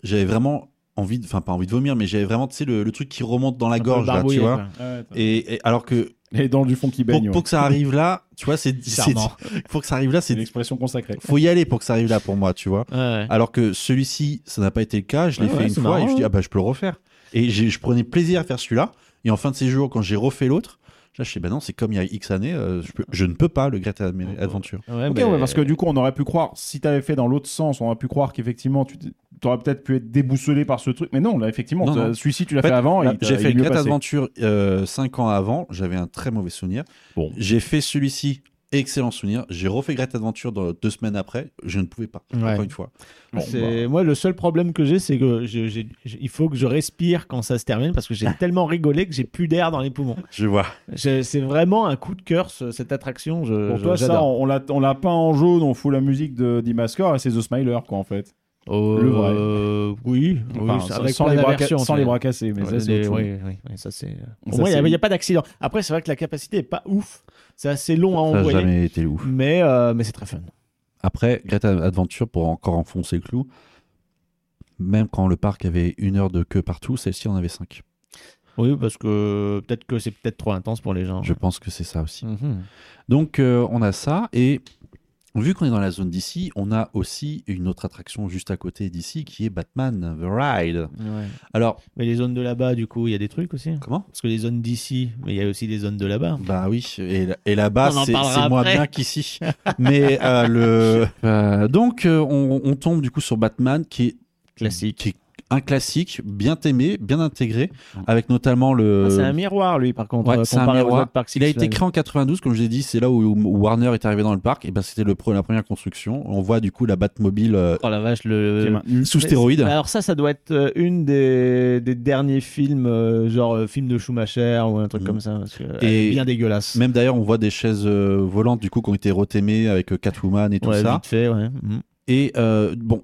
j'avais vraiment envie, de- enfin, pas envie de vomir, mais j'avais vraiment, tu sais, le, le truc qui remonte dans la Un peu gorge, là, barbouillé, tu vois. quoi. Ouais, t'as- Et, et alors que Les dents du fond qui pour, baignent. pour ouais. que ça arrive là, tu vois, c'est c'est- Bizarrement. pour que ça arrive là, C'est c'est une expression consacrée. faut y aller pour que ça arrive là pour moi, tu vois. Ouais, ouais. Alors que celui-ci, ça n'a pas été le cas. Je l'ai Ah fait ouais, une c'est fois et marrant, je dis hein. ah bah je peux le refaire. Et j'ai- je prenais plaisir à faire celui-là. Et en fin de séjour, quand j'ai refait l'autre, là je sais bah non c'est comme il y a X années, euh, je, peux- je ne peux pas le Great Admi- Adventure. Ouais, Ok, mais- ouais, parce que du coup, on aurait pu croire, si t'avais fait dans l'autre sens, on aurait pu croire qu'effectivement, tu t- t'aurais peut-être pu être déboussolé par ce truc. Mais non, là, effectivement, Non, t'as- non. celui-ci, tu l'as En fait, fait avant. Là, et il t'a- J'ai il fait est le mieux Great passé. Adventure 5 ans avant. J'avais un très mauvais souvenir. Bon. J'ai fait celui-ci. Excellent souvenir. J'ai refait Great Adventure dans- deux semaines après. Je ne pouvais pas. Ouais. Encore une fois. Bon, bah, C'est- Moi, le seul problème que j'ai, c'est que je- j'ai- j'ai- il faut que je respire quand ça se termine parce que j'ai tellement rigolé que j'ai plus d'air dans les poumons. Je vois. Je- C'est vraiment un coup de cœur, ce- cette attraction. Je, euh, Pour je- toi, ça, j'adore. on, on l'a- on l'a peint en jaune, on fout la musique de d'Imascore et c'est The Smiler, quoi, en fait. Euh, Le vrai. euh, oui, Enfin, oui, c'est sans- avec sans, plein les bras, d'aversions, ca- sans tu les vois. bras cassés, mais Ouais, ça, c'est les- autre chose. oui, oui, oui, ça c'est. Au Ça, moins, il c'est- n'y a, pas d'accident. Après, c'est vrai que la capacité est pas ouf. C'est assez long à Ça n'a envoyer. jamais été ouf. Mais, euh, mais c'est très fun. Après, Great Adventure, pour encore enfoncer le clou, même quand le parc avait une heure de queue partout, celle-ci en avait cinq. Oui, parce que peut-être que c'est peut-être trop intense pour les gens. Je pense que c'est ça aussi. Mhm. Donc, euh, on a ça. Et vu qu'on est dans la zone d'ici, on a aussi une autre attraction juste à côté d'ici qui est Batman The Ride. Ouais. Alors, Mais les zones de là-bas, du coup, il y a des trucs aussi. comment Parce que les zones d'ici, mais il y a aussi des zones de là-bas. Bah oui, et, et là-bas, On en c'est parlera c'est moins après. bien qu'ici. Mais euh, le. euh, donc, euh, on, on tombe du coup sur Batman, qui est, Classique. qui est un classique, bien aimé, bien intégré, avec notamment le. Ah, c'est un miroir, lui, par contre. Euh, Ouais, euh, c'est un comparé aux miroir. autres parcs il a Six été Flags. créé en 92, comme je l'ai dit, c'est là où, où Warner est arrivé dans le parc. Et ben c'était le pre- la première construction. On voit du coup la Batmobile euh, Oh la vache, le. Qui est maintenu. sous Mais stéroïde. c'est- Alors ça, ça doit être euh, une des, des derniers films, euh, genre euh, film de Schumacher ou un truc Mhm. comme ça, parce que elle Et- est bien dégueulasse. Même d'ailleurs, on voit des chaises euh, volantes du coup qui ont été retémées avec euh, Catwoman et tout ouais, ça. vite fait, ouais. Mhm. Et euh, bon,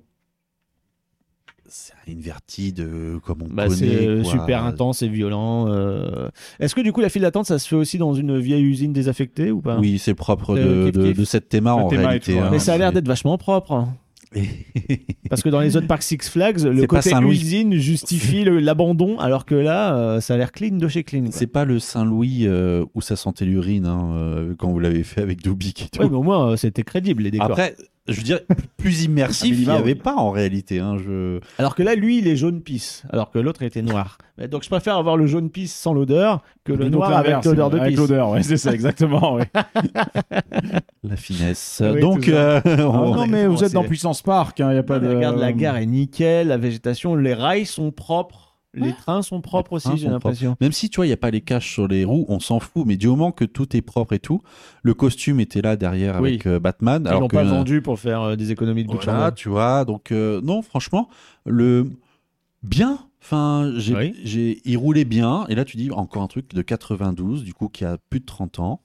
c'est un inverti de comme on Bah, connaît. c'est euh, quoi. super intense et violent. euh. Est-ce que du coup la file d'attente, ça se fait aussi dans une vieille usine désaffectée ou pas Oui, c'est propre hein. Euh, de, kiff, de, kiff. de cette théma Le en théma et réalité. tout, ouais. hein. Mais ça a l'air d'être vachement propre. hein. Parce que dans les autres parcs Six Flags, le C'est pas côté Saint-Louis. usine justifie le- l'abandon, alors que là, euh, ça a l'air clean de chez clean. quoi. C'est pas le Saint-Louis euh, où ça sentait l'urine hein, euh, quand vous l'avez fait avec Dubik et tout. Ouais, mais au moins, euh, c'était crédible les décors. Après, je veux dire, plus Un immersif, Ah, il n'y minimum, avait oui. pas en réalité. hein, je... Alors que là, lui, il est jaune pisse, alors que l'autre était noir. Mais donc, je préfère avoir le jaune pisse sans l'odeur que le Plutôt noir que avec l'inverse, l'odeur de Avec pisse. Ah, l'odeur, ouais, c'est ça, exactement. ouais. La finesse. Oui, Donc, tout ça. euh, Ah, on- non, mais vous Oh, c'est- Ah, êtes dans Puissance Park, il n'y a pas de. Regarde, la gare est nickel, la végétation, les rails sont propres, les trains sont propres aussi, trains j'ai sont l'impression. même si tu vois, il n'y a pas les caches sur les roues, on s'en fout. Mais du moment que tout est propre et tout, le costume était là derrière Oui. avec euh, Batman. Ils alors l'ont que, pas euh, vendu pour faire euh, des économies de bout de Voilà, chandelle. tu vois. Donc, euh, non, franchement, le bien. Enfin, j'ai, Oui. j'ai- il roulait bien. Et là, tu dis encore un truc de 92, du coup, qui a plus de 30 ans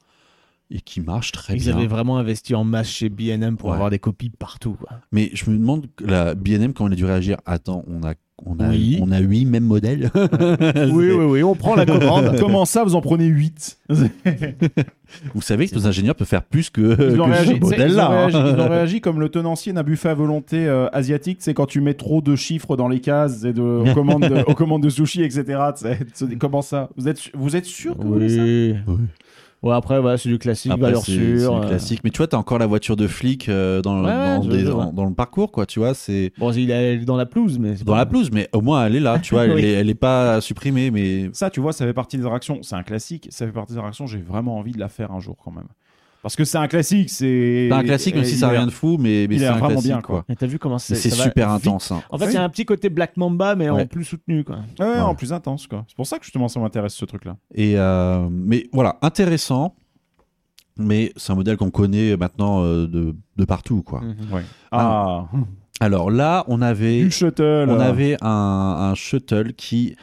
et qui marche très Ils bien. avaient vraiment investi en masse chez B&M pour Ouais. avoir des copies partout. quoi. Mais je me demande, la BNM, comment elle a dû réagir Attends, on a, on a, Oui. on a 8 mêmes modèles. Oui, oui, oui, on prend la commande. Comment ça, vous en prenez 8 Vous savez que nos ingénieurs peuvent faire plus que, Ils ont Euh, que réagi, tu ce sais, ils, ont modèle-là. réagi, ils hein. ont réagi comme le tenancier n'a buffet à volonté euh, asiatique. C'est quand tu mets trop de chiffres dans les cases et de, aux, commandes de, aux commandes de sushi, etc. tu sais. Tu sais, Comment ça vous êtes, vous êtes sûr que vous voulez ça Oui. Ouais, après, voilà, c'est du classique, Après, valeur c'est- c'est du sûre. euh. classique. Mais tu vois, t'as encore la voiture de flic euh, dans, Ouais, dans, je- des- je vois. dans- dans le parcours, quoi. Tu vois, c'est Bon, il est dans la pelouse, mais... c'est dans pas- la pelouse, mais au moins elle est là. Tu vois, Oui. elle, est, elle est pas supprimée, mais Ça, tu vois, ça fait partie des réactions. C'est un classique. Ça fait partie des réactions. J'ai vraiment envie de la faire un jour quand même. Parce que c'est un classique. C'est c'est Bah, un classique, même et si il ça a- n'a rien de fou, mais, mais il c'est a un vraiment classique, bien, quoi. quoi. Mais T'as vu comment c'est Mais C'est ça va super vite. intense. hein. En fait, Oui. il y a un petit côté Black Mamba, mais en Ouais. plus soutenu. Quoi. Ouais, ouais, Voilà. en plus intense, quoi. C'est pour ça que justement ça m'intéresse ce truc-là. Et euh, mais voilà, intéressant. Mais c'est un modèle qu'on connaît maintenant euh, de, de partout, quoi. Mm. Ouais. Ah, Alors là, on avait du shuttle. on euh, avait un, un shuttle qui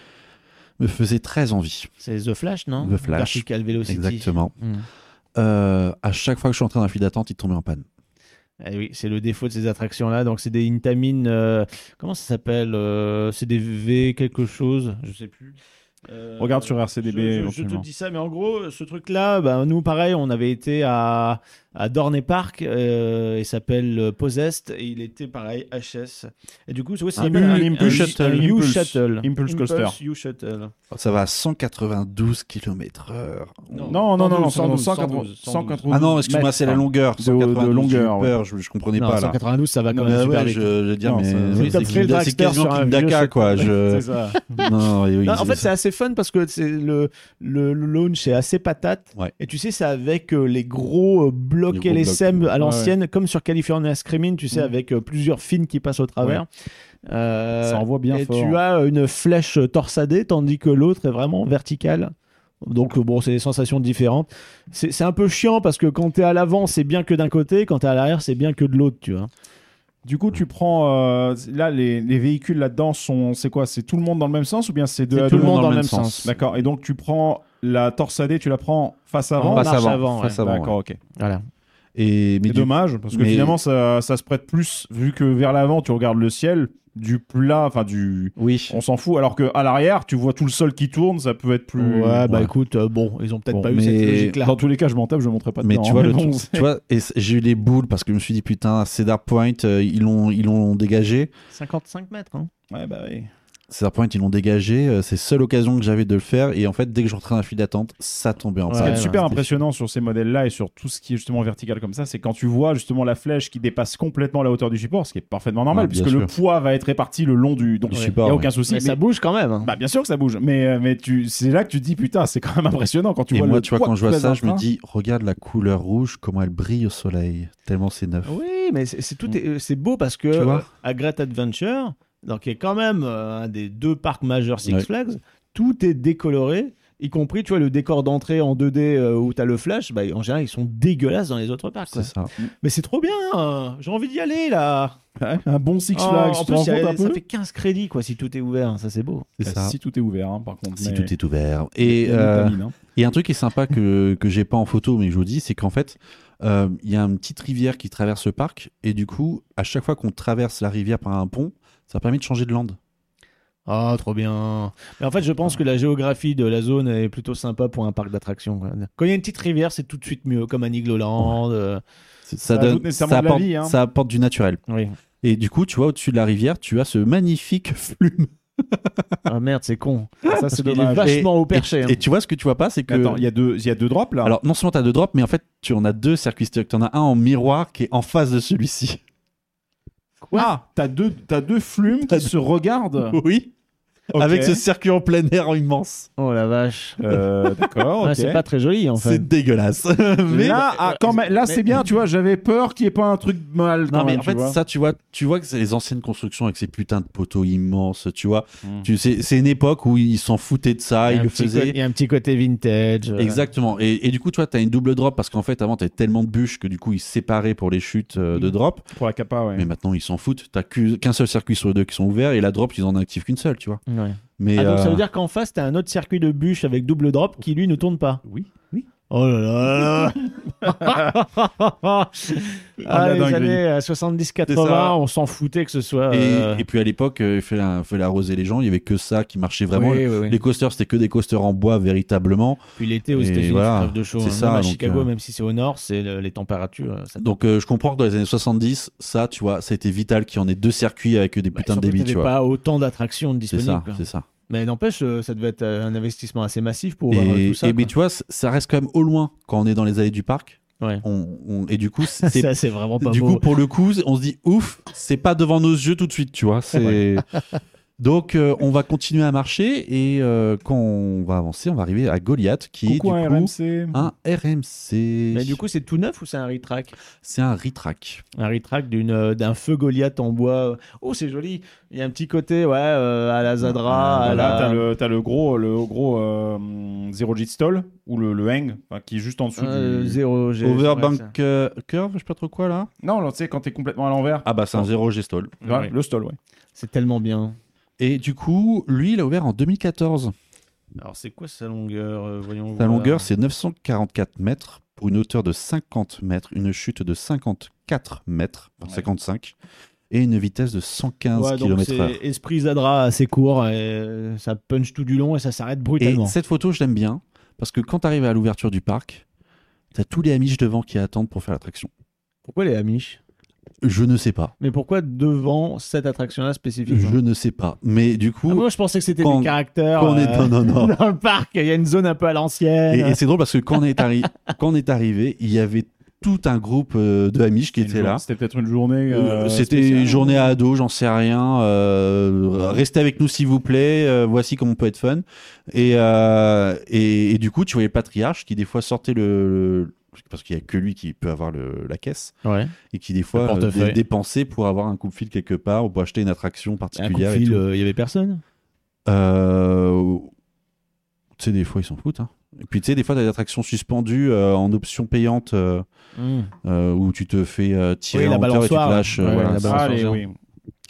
me faisait très envie. C'est The Flash, non The Flash. Vertical Velocity. Exactement. Mm. Euh, à chaque fois que je suis entré dans la file d'attente, il tombait en panne. Eh oui, c'est le défaut de ces attractions-là. Donc, c'est des Intamin. euh, comment ça s'appelle euh, C'est des V quelque chose Je sais plus. Euh, Regarde sur RCDB Je- Je, je te éventuellement. dis ça, mais en gros, ce truc-là, bah, nous, pareil, on avait été à, à Dorney Park. euh, il s'appelle euh, Possessed et il était pareil HS. Et du coup, c'est ouais, c'est Un appelé U- Impulse un Shuttle. U Impulse. Shuttle. Impulse coaster. U Shuttle. Ça va à 192 km/h. Non, non, non, non, 112, 112, 112, 112, 112. Ah non, excuse-moi, c'est la hein. longue. longueur. De- 192, de longueur, j'ai eu peur, je, je comprenais Non, pas là. Ah 192, ça va quand même Ouais, super ouais, vite. je, je veux dire, Non, mais ça- mais c'est c'est comme Thrill quasiment- c'est Dragster sur quasiment un Kim vieux Daka, quoi. Je... C'est ça. Non, oui, oui, Non, en c'est- fait, c'est assez fun parce que c'est le, le le launch est assez patate. Ouais. Et tu sais, c'est avec euh, les gros euh, blocs Les gros LSM blocs. à l'ancienne, comme sur California Screaming, tu sais, Mhm. avec euh, plusieurs films qui passent au travers. Euh, Ça envoie bien et fort. tu as une flèche euh, torsadée, tandis que l'autre est vraiment verticale. Donc, euh, bon, c'est des sensations différentes. C'est c'est un peu chiant parce que quand t'es à l'avant, c'est bien que d'un côté, quand t'es à l'arrière, c'est bien que de l'autre, tu vois. Du coup, tu prends euh, là les, les véhicules là-dedans sont c'est quoi C'est tout le monde dans le même sens ou bien c'est deux C'est à tout deux le monde dans le même sens. D'accord. Et donc tu prends la torsadée, tu la prends face En avant. bas. face marche avant. avant, face avant, ouais. D'accord, ok. Voilà. Et, mais C'est du- dommage, parce que mais- finalement, ça, ça se prête plus, vu que vers l'avant, tu regardes le ciel, du plat, enfin du... Oui. On s'en fout, alors que à l'arrière, tu vois tout le sol qui tourne, ça peut être plus... Ouais, bah ouais. écoute, euh, bon, ils ont peut-être Bon, pas eu cette mais- logique-là. Dans tous les cas, je m'en tape, je montrerai pas Mais dedans, tu hein, vois, le bon, truc- c'est- tu vois, et c- j'ai eu les boules parce que je me suis dit putain, Cedar Point, euh, ils l'ont, ils l'ont dégagé. 55 mètres, hein. Ouais, bah oui. Cedar Point, ils l'ont dégagé. euh, C'est seule occasion que j'avais de le faire. Et en fait, dès que je rentrais dans la file d'attente, ça tombait en Ouais, Ce qui est panne. super C'était- impressionnant sur ces modèles-là et sur tout ce qui est justement vertical comme ça, c'est quand tu vois justement la flèche qui dépasse complètement la hauteur du support, ce qui est parfaitement normal Ouais, bien puisque le sûr. poids va être réparti le long du, donc Du il support, y a ouais. aucun souci. Mais ça mais- bouge quand même. hein. Bah bien sûr que ça bouge, mais euh, mais tu c'est là que tu te dis putain c'est quand même impressionnant quand tu et vois moi, le tu vois, poids quand que je vois pèse ça, un je me train. dis, regarde la couleur rouge, comment elle brille au soleil, tellement c'est Ah neuf. Oui, mais c'est c'est- Mm. tout est- euh, c'est beau parce que Tu vois euh, à Great Adventure, donc qui est quand même euh, un des deux parcs majeurs Six Ouais. Flags, tout est décoloré, y compris tu vois le décor d'entrée en 2D euh, où t'as le flash. Bah, en général, ils sont dégueulasses dans les autres parcs. C'est quoi. ça. Mm. Mais c'est trop bien. hein. J'ai envie d'y aller là. Ouais, un bon Six Oh, Flags, en tu te plus, rends il y a- compte un ça peu fait 15 crédits quoi si tout est ouvert. hein, Ça c'est beau. C'est Bah, ça. Si tout est ouvert hein, par contre. Si mais- tout est ouvert. Et, Il y a une euh, vitamine, hein. et un truc qui est sympa que, que j'ai pas en photo, mais je vous dis, c'est qu'en fait, euh, il y a une petite rivière qui traverse le parc. Et du coup, à chaque fois qu'on traverse la rivière par un pont, ça permet de changer de lande. Ah, trop bien. Mais en fait, je Ah. pense que la géographie de la zone est plutôt sympa pour un parc d'attractions. quoi. Quand il y a une petite rivière, c'est tout de suite mieux, comme à Nigloland. euh, Ça, ajoute nécessairement de la apporte, vie, hein. ça apporte du naturel. Oui. Et du coup, tu vois, au-dessus de la rivière, tu as ce magnifique flume. Ah merde, c'est con. Ça Parce c'est qu'il est dommage. vachement haut perché. hein. Et tu vois, ce que tu vois pas, c'est que. Attends, il y a deux il y a deux drops là. Alors, non seulement tu as deux drops, mais en fait, tu en as deux circuits stock. Tu en as un en miroir qui est en face de celui-ci. Ah, t'as deux t'as deux flumes qui se regardent. Oui. Ah. Ok. Avec ce circuit en plein air immense. Oh la vache. Euh, d'accord, Ouais, ok. c'est pas très joli en fait. C'est dégueulasse. mais. là, ah, quand même- là mais- c'est bien, tu vois, j'avais peur qu'il n'y ait pas un truc mal. Non, quand mais même, en tu fait, vois. ça, tu vois, tu vois que c'est les anciennes constructions avec ces putains de poteaux immenses, tu vois. Mm. Tu sais, c'est une époque où ils s'en foutaient de ça, Hmm. il, y ils a un le petit co- faisaient. il y a un petit côté vintage. euh. Exactement. Et, et du coup, toi, t'as une double drop parce qu'en fait, avant, t'avais tellement de bûches que du coup, ils se séparaient pour les chutes euh, de Hmm. Mm. drop. pour la capa, ouais. Mais maintenant, ils s'en foutent. T'as que- qu'un seul circuit sur les deux qui sont ouverts et la drop, ils en activent qu'une seule, tu vois. Ouais. Mais Ah, donc ça euh, veut dire qu'en face, t'as un autre circuit de bûche avec double drop qui lui ne tourne pas. Oui, oui. Oh là là là là Ah, la les dinguerie. années C'est ça. 70-80, on s'en foutait que ce soit. euh, et, et puis à l'époque, euh, il fallait, il fallait arroser les gens. Il y avait que ça qui marchait vraiment. Oui, oui, oui. Les coasters, c'était que des coasters en bois véritablement. Puis l'été aux Et États-Unis, voilà, c'est grave de chaud. c'est hein. ça, Même à donc, Chicago, euh, même si c'est au nord, c'est le- les températures. euh, Ça... Donc euh, je comprends que dans les années 70, ça, tu vois, ça a été vital qu'il y en ait deux circuits avec des Bah, putains de surtout que débits, t'avais tu vois. pas autant d'attractions C'est disponibles. ça, quoi. c'est ça. Mais n'empêche, euh, ça devait être euh, un investissement assez massif pour avoir Et, tout ça. et mais quoi. tu vois, c- ça reste quand même au loin quand on est dans les allées du parc. Ouais. On, on- et du coup, c'est Ça, c'est vraiment pas du beau. coup pour le coup, on se dit ouf, c'est pas devant nos yeux tout de suite, tu vois. C'est donc euh, on va continuer à marcher et euh, quand on va avancer, on va arriver à Goliath qui Coucou est à du coup Ah, RMC. un RMC. Mais du coup, c'est tout neuf ou c'est un retrack c'est un ritrac. Un retrack d'une, euh, d'un feu Goliath en bois. Oh, c'est joli. Il y a un petit côté, ouais, euh, à la Ah, Zadra, à Voilà, la- t'as le, t'as le gros, le gros euh, Zero G Stall ou le, le Hang enfin, qui est juste en dessous Euh, du. zéro G. Overbank euh, curve, je sais pas trop quoi là. Non, là, tu sais, quand t'es complètement à l'envers. Ah bah c'est un 0 G stall. Voilà, Ouais. Le Stall, ouais. C'est tellement bien. Et du coup, lui, il a ouvert en 2014. Alors, c'est quoi sa longueur euh, Voyons Sa voir. longueur, c'est 944 mètres pour une hauteur de 50 mètres, une chute de 54 mètres, enfin, Ouais. 55, et une vitesse de 115 Ouais, donc km/h. c'est esprit Zadra assez court, et euh, ça punch tout du long et ça s'arrête Et brutalement. cette photo, je l'aime bien, parce que quand tu arrives à l'ouverture du parc, tu as tous les Amish devant qui attendent pour faire l'attraction. Pourquoi les Amish Je ne sais pas. Mais pourquoi devant cette attraction-là spécifiquement Je ne sais pas. Mais du coup, Ah, Moi, je pensais que c'était Quand- des caractères quand on est- euh, non, non, non. dans le parc. Il y a une zone un peu à et, l'ancienne. et c'est drôle parce que quand on est, arri- quand on est arrivé, il y avait tout un groupe euh, de Amish qui Une était jour- là. C'était peut-être une journée. Euh, euh, C'était spéciale. une journée à dos, j'en sais rien. euh, restez avec nous s'il vous plaît. euh, voici comment on peut être fun. Et, euh, et, et du coup, tu voyais le patriarche qui des fois sortait le, le- parce qu'il y a que lui qui peut avoir le, la caisse Ouais. et qui des fois euh, portefeuille. dé- dépensait pour avoir un coup de fil quelque part ou pour acheter une attraction Un coup de particulière. et fil, tout. euh, il y avait personne. Euh, tu sais, des fois ils s'en foutent. Hein. Et puis tu sais, des fois t'as des attractions suspendues euh, en option payante Hmm. euh, euh, où tu te fais euh, Oui, tirer la en hauteur et tu te balançoire. lâches. euh, Ouais, voilà, la c'est- balançoire. Ah, les- Bonjour. oui.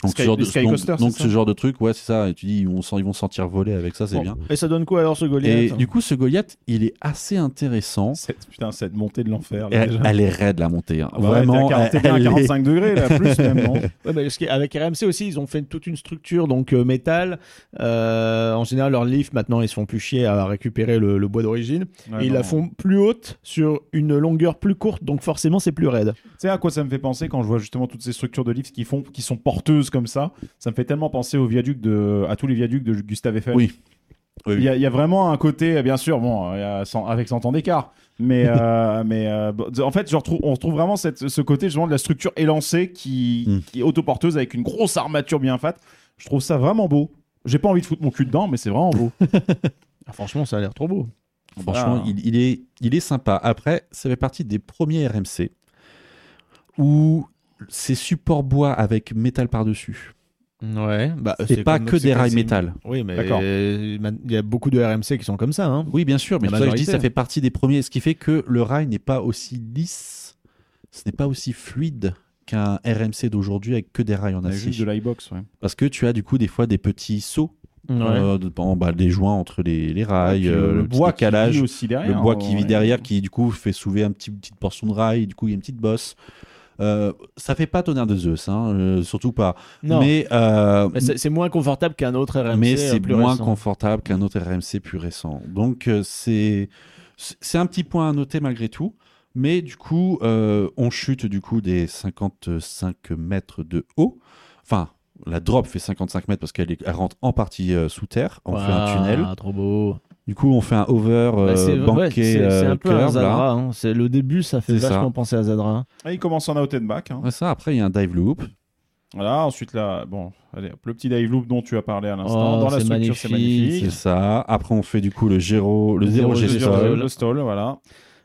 Donc, Sky- ce genre les de, Sky donc- coasters, donc c'est ce ça genre de truc, ouais, c'est ça. Et tu dis, ils vont, s'en- ils vont se sentir voler avec ça, c'est Bon. hein. bien. Et ça donne quoi alors ce Et Goliath du coup, ce Goliath, il est assez intéressant. Cette, putain, cette montée de l'enfer. là, Elle, déjà. Ah bah elle est raide la montée. hein. Ouais, Vraiment, t'es à 41, elle est- 45 degrés, là, plus même. non Ouais, bah, parce que- avec RMC aussi, ils ont fait toute une structure donc euh, métal. Euh, en général, leurs lifts maintenant, ils se font plus chier à récupérer le, le bois d'origine. Ouais, et ils non. la font plus haute sur une longueur plus courte, donc forcément, c'est plus raide. Tu sais à quoi ça me fait penser quand je vois justement toutes ces structures de lifts qui font, qui sont porteuses comme ça. Ça me fait tellement penser au viaduc de, à tous les viaducs de Gustave Eiffel. Oui. Oui, oui. Il y, a, il y a vraiment un côté, bien sûr, bon, il y a cent- avec 100 ans d'écart, mais, euh, mais euh, bon, en fait, je retrouve, on retrouve vraiment cette, ce côté justement de la structure élancée qui, Mm. qui est autoporteuse avec une grosse armature bien fat. Je trouve ça vraiment beau. J'ai pas envie de foutre mon cul dedans, mais c'est vraiment beau. Ah, franchement, ça a l'air trop beau. Franchement, Ah. il, il est, il est sympa. Après, ça fait partie des premiers RMC où c'est support bois avec métal par-dessus. Ouais, bah, C'est pas comme- que c'est des comme- rails c'est- métal. Oui, mais D'accord. euh, man- il y a beaucoup de RMC qui sont comme ça. Hein. Oui, bien sûr, mais La c'est pour ça que je dis majorité. ça fait partie des premiers. Ce qui fait que le rail n'est pas aussi lisse, ce n'est pas aussi fluide qu'un RMC d'aujourd'hui avec que des rails en On a juste acier. de l'iBox, ouais. Parce que tu as du coup des fois des petits sauts, euh, de- en bas, les joints entre les, les Et rails, Ah, puis, euh, le, le bois petit qui calage. vit aussi derrière. hein, le bois qui ouais. vit derrière qui du coup fait soulever un petit une petite portion de rail du coup il y a une petite bosse Euh, ça fait pas tonnerre de Zeus hein, euh, surtout pas Non, mais, mais euh, c'est c'est moins confortable qu'un autre RMC. mais c'est euh, plus moins récent. confortable qu'un autre RMC plus récent donc euh, c'est c'est un petit point à noter malgré tout mais du coup euh, on chute du coup des 55 mètres de haut enfin la drop fait 55 mètres parce qu'elle est- elle rentre en partie euh, sous terre on fait un Ouah, tunnel Ah, Trop beau. du coup on fait un over euh, Bah, c'est ouais, banqué c'est- c'est euh, un peu un curve, là. Zadra. hein. C'est- Le début, ça fait C'est ça. vachement penser à Zadra. Ah, il commence en out and back. hein. Ouais, ça, après, il y a un dive loop. Voilà, ensuite là, bon, allez, hop, le petit dive loop dont tu as parlé à l'instant, Oh, dans la c'est structure, c'est magnifique, magnifique. C'est ça. Après, on fait du coup le zéro, le Zéro zéro G Le- c'est le- ça. le- sol. le stall, voilà.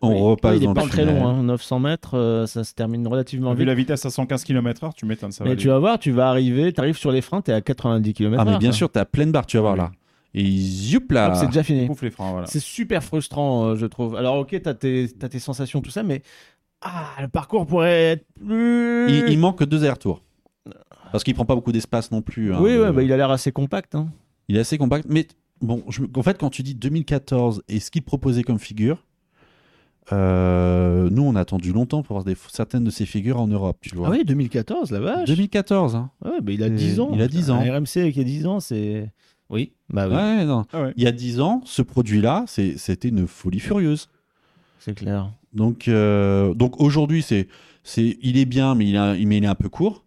On Oui. repasse Ouais, il est dans pas le très tunnel. long, hein. 900 mètres, euh, ça se termine relativement Vu vite. la vitesse à 115 km/h, tu m'étonnes, ça va. Mais aller. tu vas voir, tu vas arriver, tu arrives sur les freins, t'es à 90 km Ah, mais bien sûr, t'as pleine barre, tu vas voir là. Et zioup là. Ah, c'est déjà fini. Pouf les freins, voilà. C'est super frustrant, euh, je trouve. Alors, ok, t'as tes, t'as tes sensations, tout ça, mais ah, le parcours pourrait être plus. il, il manque deux allers-retours. Parce qu'il prend pas beaucoup d'espace non plus. hein, Oui, le- ouais, bah, il a l'air assez compact. hein. il est assez compact. Mais bon, je... en fait, quand tu dis 2014 et ce qu'il proposait comme figure, euh, nous, on a attendu longtemps pour voir des... certaines de ces figures en Europe, tu vois. Ah oui, 2014, la vache. 2014. Hein. Ouais, bah, il a Et 10 ans. il a 10 ans. Un RMC qui a 10 ans, c'est. Oui. Bah oui, Ouais, non. Ah ouais. Il y a 10 ans, ce produit-là, c'est- c'était une folie furieuse. c'est clair. Donc, euh, donc aujourd'hui, c'est, c'est, il est bien, mais il, a- mais il est un peu court.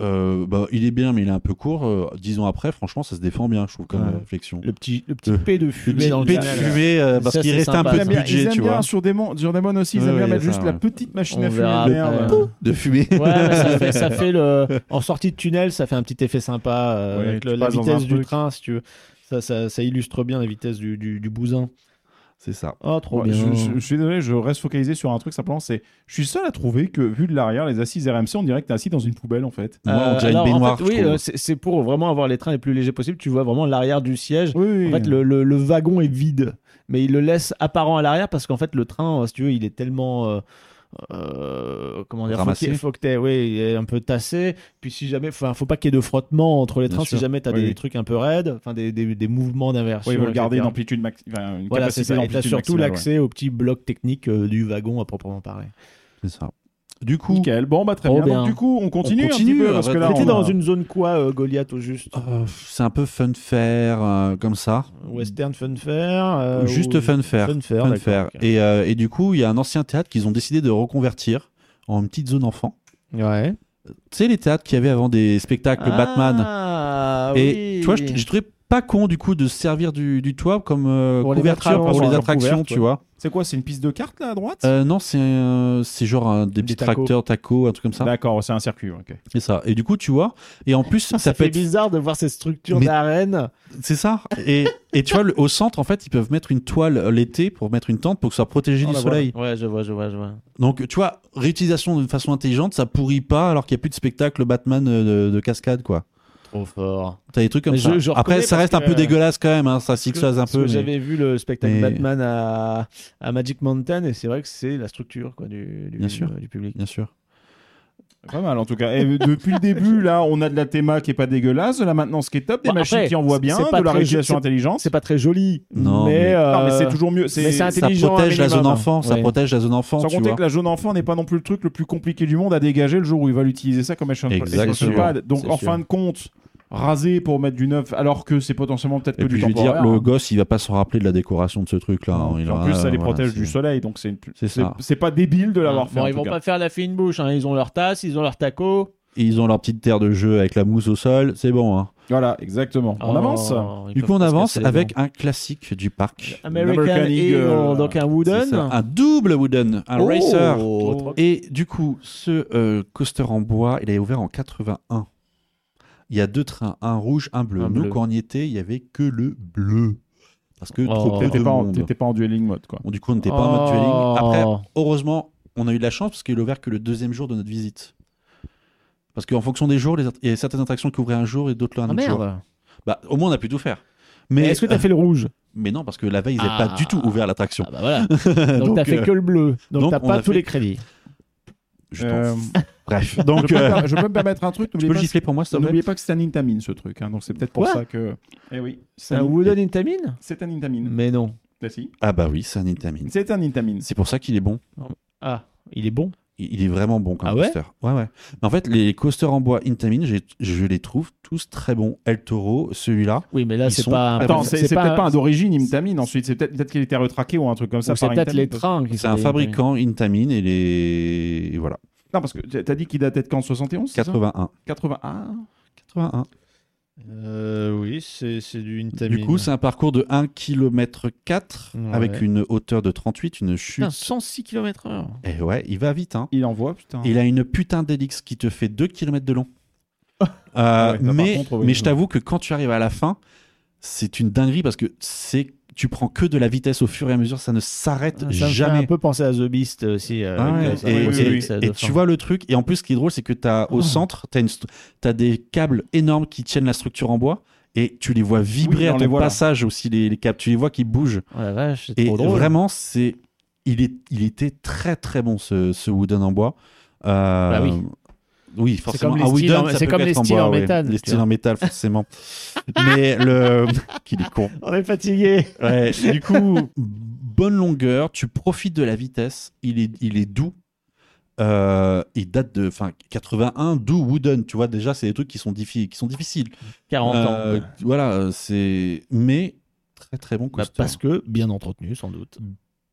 Euh, bah, il est bien, mais il est un peu court. Euh, dix ans après, franchement, ça se défend bien, je trouve, comme Ouais. réflexion. Le petit, le petit Le- P de Le fumée petit dans le P de canal. fumée, euh, Ça, parce qu'il c'est reste sympa, un peu Ils de aiment bien, budget, ils aiment tu vois. bien sur des mon- sur des mônes aussi, ils Ouais, aiment bien ouais, mettre ça, juste ouais. la petite machine On à fumer hein. verra de merde. après. hein. De fumée. Ouais, mais ça fait, ça fait le. En sortie de tunnel, ça fait un petit effet sympa. euh, Ouais, avec tu le- la passes dans vitesse un du truc. train, si tu veux. Ça, ça, ça illustre bien la vitesse du, du, du bousin. C'est ça. Oh, trop Ouais, bien. je, je- je suis désolé, je reste focalisé sur un truc simplement. C'est, je suis seul à trouver que vu de l'arrière, les assises RMC, on dirait que t'es assis dans une poubelle en fait. Moi, on Euh, dirait alors, une en baignoire. fait, je oui, trouve. euh, c'est c'est pour vraiment avoir les trains les plus légers possible. Tu vois vraiment l'arrière du siège. Oui, oui. En fait, le, le- le wagon est vide, mais il le laisse apparent à l'arrière parce qu'en fait, le train, euh, si tu veux, il est tellement. euh, euh, comment dire Ramassé. faut qu'il- faut que t'aies- oui, il est un peu tassé. Puis si jamais, enfin, faut pas qu'il y ait de frottement entre les Bien trains. sûr. Si jamais t'as Oui, des oui. trucs un peu raides, enfin des, des, des mouvements d'inversion. Ouais, ils veulent garder une etc. amplitude max- enfin, une Voilà, c'est capacité ça. Et t'as d'amplitude surtout maximale, l'accès au petit bloc technique euh, du wagon à proprement parler. C'est ça. Du ouais. coup, Nickel. Bon, bah très Trop bien. bien. Donc du coup, on continue, continue, un petit peu euh, parce que là, Ah, T'étais on dans a- Ah. une zone quoi, euh, Goliath au juste euh, c'est un peu fun fair, euh, comme ça. Western funfair. euh, Juste ou- fun fair. Fun fair, Fun d'accord, fair. ok. Et, euh, et du coup, il y a un ancien théâtre qu'ils ont décidé de reconvertir en une petite zone enfant. Ouais. Tu sais, les théâtres qu'il y avait avant des spectacles Batman. Ah, Et oui. tu vois, je- j'ai trouvé pas con du coup de se servir du, du toit comme euh, Pour les couverture attractions, pour les ouais. attractions, Couverte, tu ouais. vois. C'est quoi C'est une piste de carte là à droite Euh, non, c'est euh, c'est genre un- des, petits tacos. tracteurs, tacos, un truc comme ça. D'accord, c'est un circuit. ok. C'est ça. Et du coup, tu vois. Et en plus, ça, Ah, Ça peut fait être. bizarre de voir ces structures Mais- d'arène. C'est ça. Et, et tu vois, le- au centre, en fait, ils peuvent mettre une toile euh, l'été pour mettre une tente pour que ça soit protégé Oh, du la soleil. Ouais, je vois, je vois, je vois. Donc, tu vois, réutilisation d'une façon intelligente, ça pourrit pas alors qu'il n'y a plus de spectacle Batman euh, de, de cascade, quoi. Trop fort. T'as des trucs comme Mais ça. je- je Après, reconnais ça reste un parce peu que- euh, dégueulasse quand même, hein, ça zigzague un Parce que peu. mais- J'avais vu le spectacle mais- Batman à, à Magic Mountain et c'est vrai que c'est la structure quoi, du, du, Bien sûr. du public. Bien sûr. Pas mal en tout cas. Et depuis le début, là, on a de la théma qui est pas dégueulasse, de la maintenance qui est top, des Bon, machines après, qui envoient bien, c'est pas de la très- régulation c'est- intelligente. C'est pas très joli, Non, mais, mais- Non, mais euh, c'est toujours mieux. mais c'est Ça intelligent, protège un la zone minimum. enfant, ça Ouais. protège la zone enfant, Sans tu compter vois. que la jaune enfant n'est pas non plus le truc le plus compliqué du monde à dégager le jour où il va l'utiliser ça comme action Exactement. action pad. Donc C'est en sûr. fin de compte, raser pour mettre du neuf alors que c'est potentiellement peut-être que Et du puis je veux dire, temporaire. hein. le gosse, il va pas se rappeler de la décoration de ce truc-là. hein. Il en aura- plus, ça les voilà, protège c'est- du soleil, donc c'est une- C'est c'est- ça. c'est pas débile de l'avoir fait. Bon, en ils tout vont cas. pas faire la fine bouche, hein. ils ont leur tasse, ils ont leur taco. Ils ont leur petite terre de jeu avec la mousse au sol, c'est bon. hein. Voilà, exactement. On Oh, avance. ils Du peuvent coup, on pas se avance casser les avec un classique du parc. dents. American American Eagle, Eagle. donc un C'est ça, wooden. Un double wooden, un Oh, racer. trop- Et du coup, ce euh, coaster en bois, il est ouvert en 81. Il y a deux trains, un rouge, un bleu. Un Nous, bleu. quand on y était, il y avait que le bleu. Parce que Oh. trop peu T'étais de pas, en- monde. t'étais pas en dueling mode, quoi. Bon, du coup, on n'était pas en mode Oh. dueling. Après, heureusement, on a eu de la chance parce qu'il est ouvert que le deuxième jour de notre visite. Parce qu'en fonction des jours, les int- il y a certaines attractions qui ouvraient un jour et d'autres le un Ah autre jour. merde. Bah, au moins, on a pu tout faire. Mais Mais, euh, est-ce que t'as fait le rouge mais non, parce que la veille, ils n'avaient Ah. pas du tout ouvert l'attraction. Ah bah voilà. Donc, Donc, t'as fait euh, que le bleu. Donc, donc, t'as on pas a tous fait- les crédits. Je Euh, t'en fous. Bref. je, Donc, peux me euh, per- je peux me permettre un truc. tu N'oubliez peux le pas, gifler pour moi, s'il te plaît n'oubliez pas que c'est un intamine ce truc. hein, donc c'est peut-être pour Quoi ça que. Eh oui, c'est C'est un un, wooden intamine c'est un intamine. Mais non. Bah, si. Ah bah oui, c'est un Intamin. C'est un intamine. C'est pour ça qu'il est bon. Ah, il est bon. Il il est vraiment bon comme Ah ouais coaster. Ouais, ouais. Mais en fait, les coasters en bois Intamin, j'ai- je les trouve tous très bons. El Toro, celui-là. Oui, mais là, Ils c'est sont- pas. un- Attends, Ah, c'est c'est un- peut-être pas un d'origine Intamin, ensuite c'est peut-être peut qu'il était retraqué ou un truc comme ça. ou C'est par peut-être Intamin, les parce- trains qui C'est sont un des- fabricant Intamin et les. et voilà. Non, parce que t'as t'as dit qu'il datait de quand 71 c'est ça ah. 81. 81 81. Euh, oui, c'est c'est du Intamin. Du coup, c'est un parcours de 1 km 4 Ouais. avec une hauteur de 38, une chute. Putain, 106 km/h. Et ouais, il va vite, hein. Il envoie, putain. Il a une putain d'élix qui te fait 2 km de long. Euh, Ah ouais, ça, par mais contre, oui. mais je t'avoue que quand tu arrives à la fin, c'est une dinguerie parce que c'est tu prends que de la vitesse au fur et à mesure, ça ne s'arrête Ah, Ça me fait un jamais. peu penser à The Beast aussi. euh, Ah avec, ouais, euh, ça, et, aussi, et- avec ça, et de tu fin. vois le truc, et en plus, ce qui est drôle, c'est que t'as au Oh. centre, t'as une stru- t'as des câbles énormes qui tiennent la structure en bois, et tu les vois vibrer Oui, on à les ton voit là. passage aussi les, les câbles, tu les vois qui bougent. Oh la vache, c'est Et trop drôle. vraiment, c'est il est il était très très bon ce, ce wooden en bois. Euh, Bah oui. Oui, forcément. comme les un styles wooden, en- ça c'est peut comme qu'être les en styles bois, en ouais. métal, Les tu styles vois. en métal, forcément. Mais le qu'il est con. On est fatigué. Ouais, du coup, bonne longueur, tu profites de la vitesse, il est, il est doux. Euh, il date de enfin 81, doux, wooden, tu vois, déjà, c'est des trucs qui sont, diffi- qui sont difficiles. 40 Euh, ans. voilà, euh, c'est. Mais très très bon Bah, coaster. parce que bien entretenu, sans doute. Mm.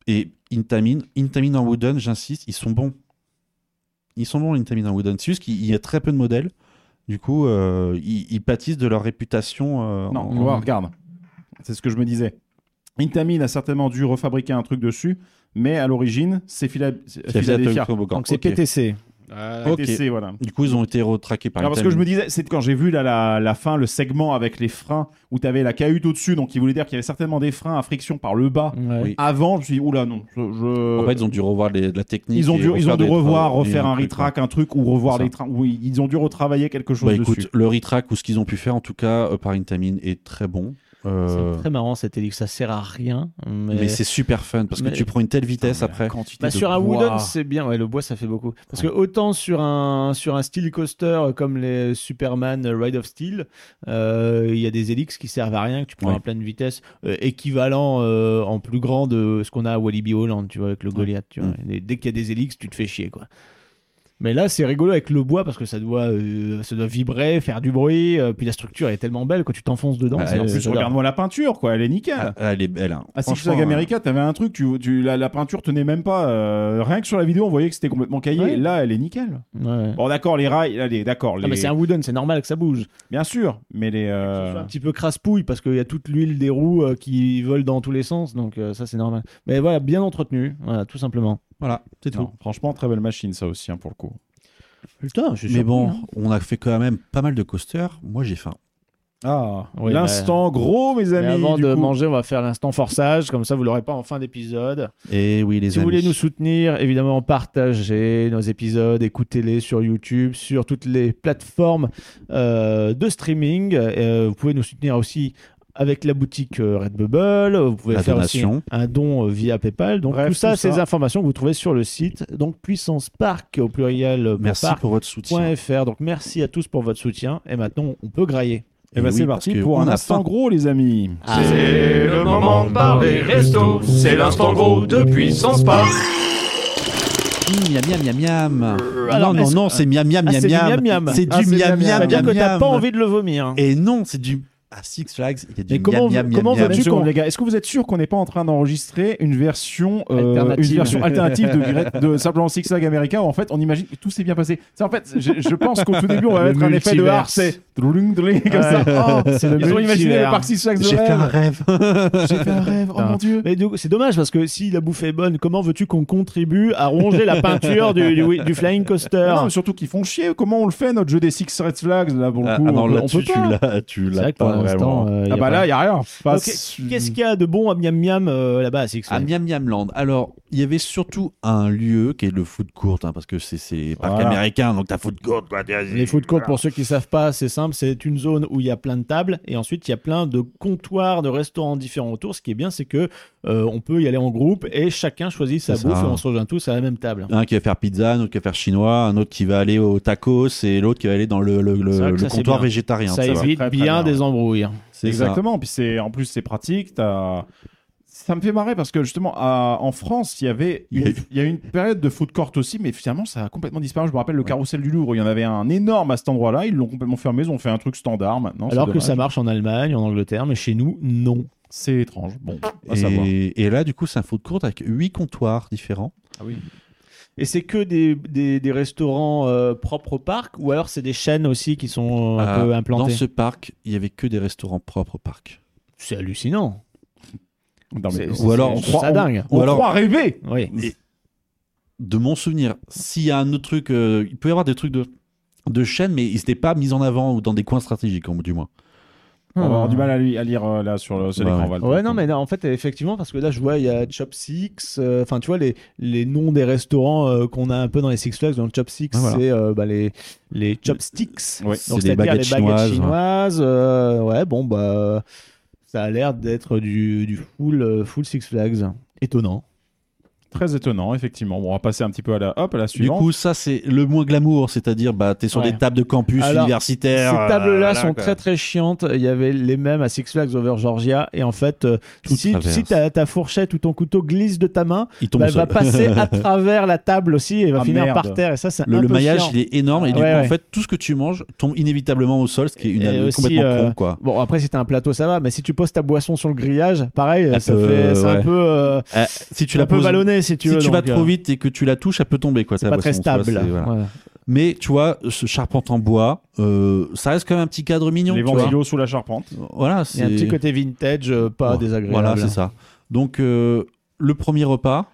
Et Intamin, Intamin en wooden, j'insiste, ils sont bons. Ils sont bons, Intamin en wooden. C'est juste qu'il y a très peu de modèles. Du coup, euh, ils, ils pâtissent de leur réputation. euh, Non, en- on va voir, regarde. C'est ce que je me disais. Intamin a certainement dû refabriquer un truc dessus, mais à l'origine, c'est Phila- c'est C'est la Philadelphia. Toboggan. Donc c'est Ok. PTC. Ah, Ok. TC, voilà. Du coup, ils ont été retraqués par Non, parce que je Intamin. me disais, c'est quand j'ai vu la, la, la fin, le segment avec les freins où tu avais la cahute au-dessus, donc il voulait dire qu'il y avait certainement des freins à friction par le bas. Oui. Avant, je me suis dit, oula, non. je- je- Mm. En fait, ils ont dû revoir les- la technique. Ils ont et dû, ils ont refaire dû des revoir, travaux, refaire des un trucs, retrack, un truc, ou revoir C'est les ça. trains. Oui, ils ont dû retravailler quelque ouais. chose Bah écoute, dessus. le retrack ou ce qu'ils ont pu faire, en tout cas, euh, par Intamin, est très bon. Euh, C'est très marrant cette élix, ça sert à rien. Mais, mais c'est super fun parce mais- que tu prends une telle vitesse Putain, mais la après. quantité Bah, de sur un bois. wooden, c'est bien. Ouais, le bois, ça fait beaucoup. Parce que autant sur un sur un steel coaster euh, comme les Superman euh, Ride of Steel, euh, il y a des élixes qui servent à rien, que tu prends Ouais. à pleine vitesse, euh, équivalent euh, en plus grand de ce qu'on a à Walibi Holland, tu vois, avec le Goliath. Tu vois. Mm. Et dès qu'il y a des élixes, tu te fais chier, quoi. Mais là, c'est rigolo avec le bois parce que ça doit, euh, ça doit vibrer, faire du bruit. euh, puis la structure est tellement belle quand tu t'enfonces dedans. Ouais, c'est- en plus, Bah, Plus, j'adore. Regarde-moi la peinture, quoi, elle est nickel. bah, Ah, elle est belle. hein. À Six Franchement, Flags euh, America, t'avais un truc, tu, tu- la, la peinture tenait même pas. euh, rien que sur la vidéo, on voyait que c'était complètement caillé. Ouais. Là, elle est nickel. Ouais. Bon, d'accord, les rails, allez, d'accord. Ah, mais les- c'est un wooden, c'est normal que ça bouge. Bien sûr, mais les. euh, un petit peu crasse-pouille parce qu'il y a toute l'huile des roues euh, qui vole dans tous les sens, donc euh, ça c'est normal. Mais voilà, bien entretenu, voilà, tout simplement. Voilà, c'est tout. non, franchement, très belle machine, ça aussi, hein, pour le coup. Putain, je suis Mais surpris, bon, hein. on a fait quand même pas mal de coasters. Moi, j'ai faim. Ah, Oui, bah, l'instant gros, mes Mais amis. avant du de coup. manger, on va faire l'instant forçage, comme ça vous l'aurez pas en fin d'épisode. Et Eh oui, les Si vous amis. voulez nous soutenir, évidemment, partagez nos épisodes, écoutez-les sur YouTube, sur toutes les plateformes euh, de streaming. Euh, vous pouvez nous soutenir aussi avec la boutique euh, Redbubble. Vous pouvez La faire donation. aussi un don euh, via PayPal. Donc Bref, tout ça, tout ces ça. informations que vous trouvez sur le site. Donc Puissance Park au pluriel. euh, Merci parc pour votre soutien. point fr. Donc merci à tous pour votre soutien. Et maintenant, on peut grailler. Et ben Eh oui, c'est parce parti que pour on un a instant faim. gros, les amis. C'est le moment de parler resto, c'est l'instant gros de puissance par. Mmh, miam miam miam miam. Euh, alors, non non est-ce- non, c'est miam miam Ah, miam c'est du miam, miam. miam. C'est Ah, du c'est miam miam, miam. miam C'est-à-dire miam. que t'as miam. pas envie de le vomir. hein. Et non, c'est du à Six Flags, il y a du Mais comment miam vous- miam comment miam Une miam. veux-tu- seconde, qu'on- les gars, est-ce que vous êtes sûr qu'on n'est pas en train d'enregistrer une version euh, Alternative. une version alternative de, Gre- de simplement Six Flags américain où en fait on imagine que tout s'est bien passé. Ça, en fait, je, je pense qu'au tout début on va Le mettre un effet de multiverse. harcet. Dling, dling, comme ça. Oh, le ils ont imaginé le multivers. parc Six Flags de J'ai fait un rêve. rêve. J'ai fait un rêve. Oh Putain. mon dieu. Mais donc, c'est dommage parce que si la bouffe est bonne, comment veux-tu qu'on contribue à ronger la peinture du, du- du flying coaster Non, mais surtout qu'ils font chier. Comment on le fait notre jeu des Six Red Flags là pour le Ah, coup ah non, on peut- on là-dessus, peut tu pas. l'as, tu C'est l'as vrai que pour pas l'instant, vraiment. euh, y a Ah bah pas- là, il y a rien. Enfin, Donc, Qu'est-ce qu'il y a de bon à Miam Miam euh, là-bas à Six À Ah, Flags Ah, Miam Miam Land. Alors, il y avait surtout un lieu qui est le food court, hein, parce que c'est- c'est parc Voilà. américain, donc t'as food court. quoi, t'as- Les food courts, pour ceux qui savent pas, c'est simple, c'est une zone où il y a plein de tables et ensuite il y a plein de comptoirs de restaurants différents autour. Ce qui est bien, c'est que euh, on peut y aller en groupe et chacun choisit sa C'est ça. bouffe et on se rejoint tous à la même table. Un qui va faire pizza, un autre qui va faire chinois, un autre qui va aller au tacos et l'autre qui va aller dans le, le- le- C'est vrai que le ça, c'est comptoir bien. végétarien. ça tu vois. évite Très, très bien bien, Oh, des embrouilles. C'est ça. Exactement. Puis c'est en plus c'est pratique. t'as- Ça me fait marrer parce que justement à- en France il y avait Il y a une... eu- il y a eu une période de food court aussi, mais finalement ça a complètement disparu. Je me rappelle le carrousel du Louvre, il y en avait un énorme à cet endroit-là, ils l'ont complètement fermé, ils ont fait un truc standard maintenant. c'est Alors que dommage. ça marche en Allemagne, en Angleterre, mais chez nous, non. c'est étrange. Bon, à savoir. Et, et là, du coup, c'est un food court avec huit comptoirs différents. Et c'est que des, des, des restaurants euh, propres au parc ou alors c'est des chaînes aussi qui sont un Euh, peu Dans implantées ce parc, il y avait que des restaurants propres au parc. C'est hallucinant. Non, mais- Ou alors, on c'est- croit- ça on- dingue. on Ou alors- croit rêver. Oui. De mon souvenir, s'il y a un autre truc, euh, il peut y avoir des trucs de, de chaîne, mais ils n'étaient pas mis en avant ou dans des coins stratégiques, au bout du moins. On va avoir du mal à, lui- à lire euh, là sur le- sur Ouais, l'écran. ouais. Val. Ouais, non, mais non, en fait, effectivement, parce que là, je vois, il y a Chop Six, euh, enfin, tu vois, les, les noms des restaurants euh, qu'on a un peu dans les Six Flags, dans le Chop Six, Ah, voilà. c'est euh, bah, les, les Chopsticks. Ouais. C'est Donc, des c'est-à-dire baguettes les baguettes chinoises, chinoises. euh, ouais, bon, bah, ça a l'air d'être du, du full, euh, full Six Flags. Étonnant. Très étonnant, effectivement. Bon, on va passer un petit peu à la, hop, à la Du suivante. coup, ça, c'est le moins glamour, c'est-à-dire, bah, t'es sur Ouais. des tables de campus Alors, universitaires. Ces euh, tables-là voilà, sont quoi. très très chiantes. Il y avait les mêmes à Six Flags Over Georgia. Et en fait, euh, Tout si, traverse. si ta, ta fourchette ou ton couteau glisse de ta main, euh, Ils tombent bah, au elle va sol. passer à travers la table aussi et va Ah, finir merde. par terre. Et ça, c'est Le, un le peu maillage, chiant. il est énorme et du Ouais, coup, ouais. en fait, tout ce que tu manges tombe inévitablement au sol, ce qui est une Et aussi, complètement euh, con, quoi. Bon, après, si t'as un plateau, ça va. Mais si tu poses ta boisson sur le grillage, pareil, Elle ça peut- fait c'est un Ah, ouais. peu, euh, Euh, si tu un la peu poses, ballonné, si tu si veux. tu vas donc, euh, trop vite et que tu la touches, elle peut tomber, quoi. c'est ta pas très boisson, tu vois, stable. c'est- voilà. Voilà. Mais tu vois, ce charpente en bois, euh, ça reste quand même un petit cadre mignon. les tu vois. ventilos sous la charpente. Voilà, Il y a un c'est- petit côté vintage, euh, pas Bon, désagréable. Voilà, c'est ça. Donc, euh, le premier repas,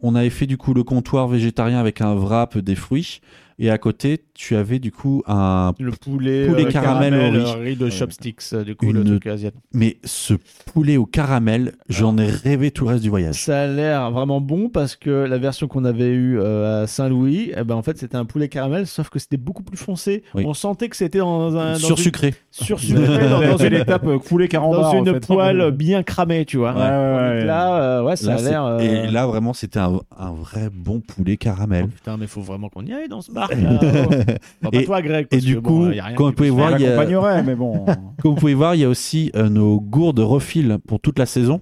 on avait fait du coup le comptoir végétarien avec un wrap des fruits. Et à côté, tu avais du coup un. Le poulet, Poulet euh, caramel au riz. euh, riz de chopsticks, euh, du coup, Une- le truc asiatique. Mais ce poulet au caramel, j'en ai rêvé tout le reste du voyage. Ça a l'air vraiment bon parce que la version qu'on avait eue euh, à Saint-Louis, eh ben, en fait, c'était un poulet caramel, sauf que c'était beaucoup plus foncé. Oui. On sentait que c'était dans un. Dans une- Sursucré. sursucré, dans, Dans dans une une, étape euh, foulée dans carambar. une en fait. poêle bien cramée, tu vois. Ouais, ouais, ouais. Donc Là, euh, ouais, ça Là, a c'est- l'air. euh, Et là, vraiment, c'était un, un vrai bon poulet oh, caramel. putain, mais faut vraiment qu'on y aille dans ce bar. là. Oh. Bon, pas Et- toi, Greg. Et parce du que, coup, bon, euh, y a rien comme vous qui peut pouvez se voir, Elle il y a- accompagnerait, mais bon. Comme vous pouvez voir, il y a aussi euh, nos gourdes refil pour toute la saison,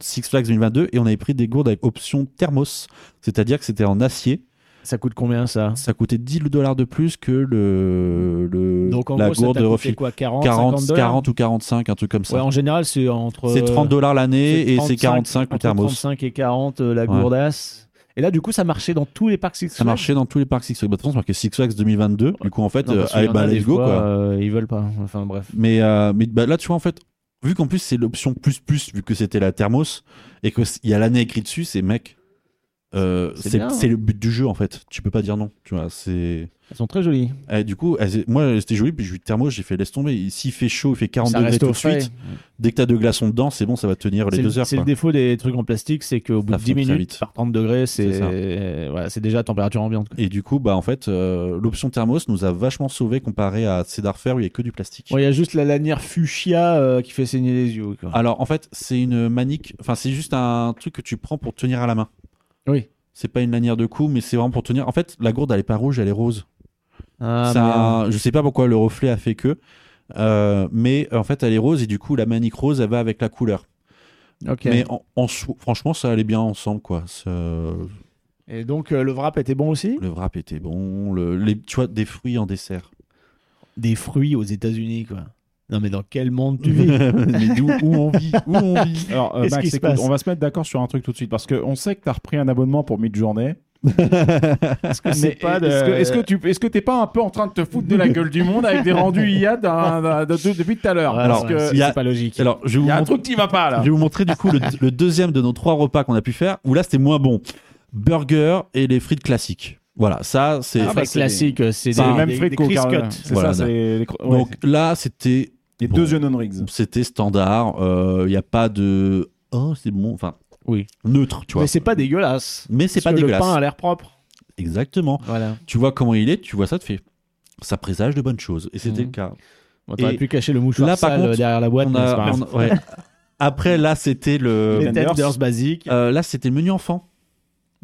Six Flags 2022, et on avait pris des gourdes avec option thermos, c'est-à-dire que c'était en acier. faire. Ça coûte combien ça Ça coûtait 10 dollars de plus que le, le- Donc en la gros, ça gourde t'a coûté refil. quoi 40, 50 40, dollars 40 ou 45, un truc comme Ouais, ça. en général, c'est entre. c'est 30 dollars l'année et c'est 45 au entre thermos. 35 et 40, euh, la Ouais. gourdasse. Et là, du coup, ça marchait dans tous les parcs Six Ça Flags. marchait dans tous les parcs Six Flags. Bah, de toute façon, c'est marqué Six Flags 2022. Du coup, en fait, Non, euh, parce qu'il y allez, en bah, a des let's go. fois, quoi. euh, ils veulent pas. Enfin bref. Mais, euh, mais bah, là, tu vois, en fait, vu qu'en plus, c'est l'option plus plus, vu que c'était la thermos, et qu'il y a l'année écrite dessus, c'est mec. euh, C'est c'est bien. c'est le but du jeu en fait. Tu peux pas dire non. Tu vois, c'est Elles sont très jolies. Et du coup, elles- moi, c'était joli, puis j'ai eu le thermos, j'ai fait laisse tomber. S'il fait chaud, il fait 40 Ça degrés reste tout au de frais. suite. Dès que t'as deux glaçons dedans, c'est bon, ça va tenir les C'est le- deux heures. C'est le quoi. défaut des trucs en plastique, c'est qu'au bout de fond 10 très minutes, vite. par 30 degrés, c'est C'est ça. euh, voilà, c'est déjà à température ambiante. quoi. Et du coup, bah, en fait, euh, l'option thermos nous a vachement sauvé comparé à Cedar Fair où il n'y a que du plastique. Bon, Il y a juste la lanière fuchsia euh, qui fait saigner les yeux. quoi. Alors, en fait, c'est une manique, enfin, c'est juste un truc que tu prends pour tenir à la main. Oui. C'est pas une lanière de cou, mais c'est vraiment pour tenir. En fait, la gourde, elle est pas rouge, elle est rose. Ah, Ça, je sais pas pourquoi le reflet a fait que, euh, mais en fait, elle est rose et du coup, la manique rose, elle va avec la couleur. merde. Ok. Mais en, en sou- franchement, ça allait bien ensemble, quoi. Ça- Le Et donc euh, le wrap était bon aussi wrap était bon, le, les, tu vois, des fruits en dessert. Des fruits aux États-Unis, quoi. Non, mais dans quel monde tu vis mais d'où où on vit, où on vit. Alors, euh, Qu'est-ce Max, qui se écoute, passe on va se mettre d'accord sur un truc tout de suite parce qu'on sait que t'as repris un abonnement pour mid-journée. Parce que Mais c'est pas de- Est-ce que, est-ce que tu est-ce que t'es pas un peu en train de te foutre de la gueule du monde avec des rendus IA d'un- d'un- de- de- depuis tout à l'heure Ouais, Parce Alors, que il y a- c'est pas logique. Alors, je vais il vous y a un montrer- truc qui va pas là. Je vais vous montrer du coup le, le deuxième de nos trois repas qu'on a pu faire, où là c'était moins bon. Burger et les frites classiques. Voilà, ça c'est. Ah, bah, c'est classique, euh, c'est C'est des, les mêmes des- frites des qu'au Criscottes. Carlin. C'est Voilà, ça, d'accord. c'est les, cro- ouais, Donc là c'était les bon. deux yeux non rigs. c'était standard. Il n'y a pas de oh c'est bon, enfin Oui. neutre, tu vois. Mais c'est pas dégueulasse. Mais c'est pas Parce que dégueulasse. Le pain a l'air propre. Exactement. Voilà. Tu vois comment il est, tu vois ça te fait. Ça présage de bonnes choses et c'était Mhm. le cas. On t'aurais Et pu cacher le mouchoir là, par sale contre, derrière la boîte, On mais c'est a- pas grave. on a- ouais. euh, Après là c'était le Les tenders. tenders basiques. euh, là c'était le menu enfant.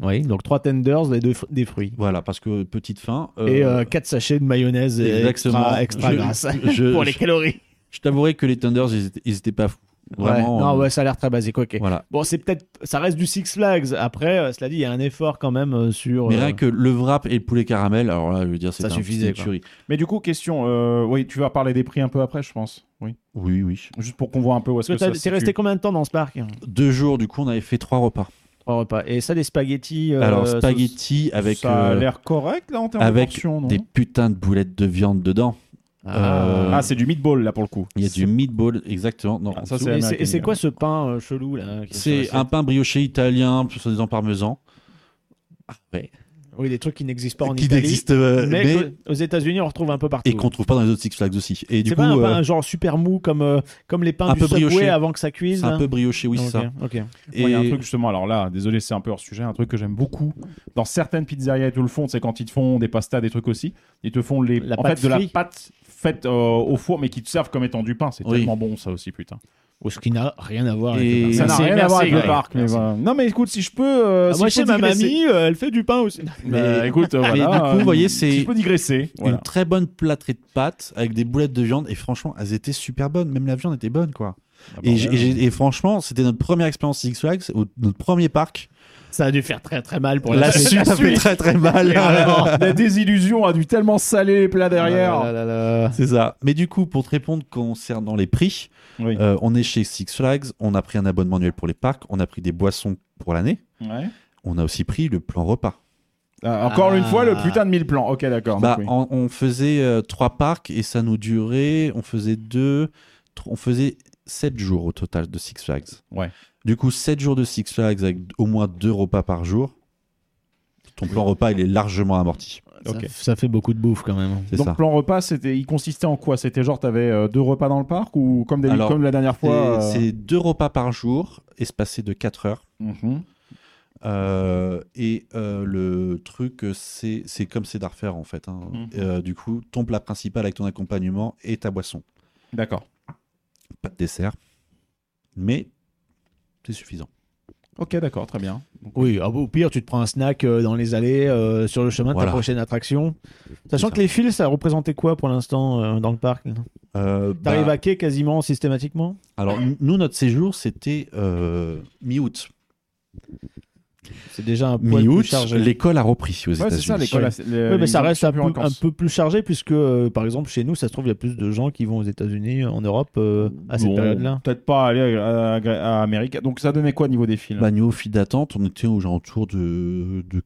Oui, donc trois tenders, les deux fr- des fruits. Voilà parce que petite faim. euh, Et euh, quatre sachets de mayonnaise euh, Exactement. extra, extra Je- grasse je- pour les je- calories. Je t'avouerai que les Thunders, ils étaient, ils étaient pas fous. Vraiment. Ouais. Non, euh, ouais, ça a l'air très basique. Ok. Voilà. Bon, c'est peut-être, ça reste du Six Flags. Après, euh, cela dit, il y a un effort quand même euh, sur. Mais euh, rien que le wrap et le poulet caramel, alors là, je veux dire, c'est Ça un suffisait, petit tuerie. Mais du coup, question, euh, oui, tu vas parler des prix un peu après, je pense. Oui. Oui, oui. Juste pour qu'on voit un peu où est-ce que Toi, t'as- ça. T'es se situe. resté combien de temps dans ce parc Deux jours, du coup, on avait fait trois repas. Trois repas. Et ça, des spaghettis. euh, alors, sauce- spaghetti avec, Ça a euh, l'air correct là en termes avec de portions, non des putains de boulettes de viande dedans. Ah. Euh, Ah, c'est du meatball là pour le coup. Il y a du meatball, exactement. Non, Ah, en ça, dessous. c'est- Et c'est- Et c'est américain. quoi ce pain euh, chelou là qui est sur la hein. c'est recette un pain brioché italien, soi-disant parmesan. Ah, ouais. Oui, des trucs qui n'existent pas en Qui Italie. n'existe euh, mais, mais, qu'aux- aux États-Unis, on retrouve un peu partout. et qu'on trouve pas dans les autres Six Flags aussi. Et du C'est coup, pas un, euh, pain, un genre super mou comme euh, comme les pains un du peu Subway brioché. avant que ça cuise. c'est un là peu brioché, oui, Ok, c'est ça. ok. Moi, Il y a un Et- truc justement, alors là, désolé, c'est un peu hors sujet, un truc que j'aime beaucoup. Dans certaines pizzerias, ils te le font, c'est quand ils te font des pastas, des trucs aussi, ils te font les, La en pâte fait, de la frite. pâte faite euh, au four, mais qui te servent comme étant du pain. C'est Oui. tellement bon, ça aussi, putain. Ou ce qui n'a rien à voir. Et- avec le Ça n'a pain. Merci, rien à merci, voir avec le Greg. parc, mais Merci. voilà. Non, mais écoute, si je peux. euh, Ah, si moi, je peux chez ma digresser- mamie, euh, elle fait du pain aussi. Bah, écoute, euh, Mais voilà. du coup, euh, vous voyez, c'est- Si je peux digresser. Voilà. une très bonne plâtrée de pâtes avec des boulettes de viande et franchement elles étaient super bonnes même la viande était bonne quoi Ah bah et, j'ai- et j'ai- et franchement c'était notre première expérience Six Flags au- notre premier parc Ça a dû faire très très mal pour la la suite. suite a fait très très hein. mal La désillusion a dû tellement saler les plats derrière. Ah là là là là. c'est ça mais du coup pour te répondre concernant les prix Oui. euh, on est chez Six Flags on a pris un abonnement annuel pour les parcs on a pris des boissons pour l'année Ouais. on a aussi pris le plan repas Ah, encore Ah. une fois, le putain de mille plans. Ok, d'accord. bah, donc oui. en- on faisait euh, trois parcs et ça nous durait on faisait deux tro- on faisait sept jours au total de Six Flags Ouais. Du coup, 7 jours de Six Flags avec au moins deux repas par jour. Ton plan repas, il est largement amorti. Ok. Ça, ça fait beaucoup de bouffe quand même. C'est Donc, ça. plan repas, c'était, il consistait en quoi C'était genre, t'avais euh, deux repas dans le parc ou comme, d'habitude- Alors, comme la dernière C'est fois euh, c'est deux repas par jour, espacés de 4 heures. Mhm. Euh, et euh, le truc, euh, c'est c'est comme c'est d'arfaire en fait. hein. Mhm. Euh, du coup, ton plat principal avec ton accompagnement et ta boisson. D'accord. Pas de dessert, mais c'est suffisant. Ok, d'accord, très bien. Donc, Oui, ah bah, au pire, tu te prends un snack euh, dans les allées euh, sur le chemin de Voilà. ta prochaine attraction. Sachant ça. que les fils, ça représentait quoi pour l'instant euh, dans le parc Euh, T'arrives bah, à quai quasiment systématiquement Alors, n- nous, notre séjour, c'était euh, mi-août. C'est déjà un poil plus Mi-août, chargé. l'école a repris aux Ouais, États-Unis. c'est ça, l'école. Ouais. la- les- Oui, mais ça les- reste un peu, plus en un vacances. peu plus chargé puisque, euh, par exemple, chez nous, ça se trouve, il y a plus de gens qui vont aux États-Unis, en Europe, euh, à cette Bon, période-là. Peut-être pas aller à, à- à Amérique. Donc, ça donnait quoi au niveau des films Bah, niveau file d'attente, on était aux alentours de, de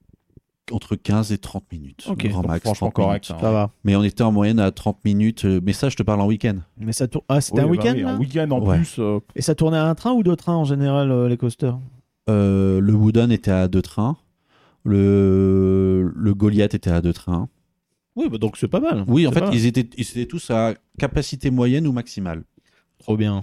entre 15 et 30 minutes. Ok. grand Donc, max, franchement 30 correct. minutes. hein. Ça va. Mais on était en moyenne à 30 minutes. euh, Mais ça, je te parle en week-end. Mais ça tourne. Ah, c'était Oui, un bah week-end oui, là Un week-end en Ouais. plus. euh, Et ça tournait à un train ou deux trains en général, euh, les coasters Euh, le Wooden était à deux trains. Le, le Goliath était à deux trains. Oui, bah donc c'est pas mal. Oui, en C'est fait, pas mal. ils étaient, ils étaient tous à capacité moyenne ou maximale. Trop bien.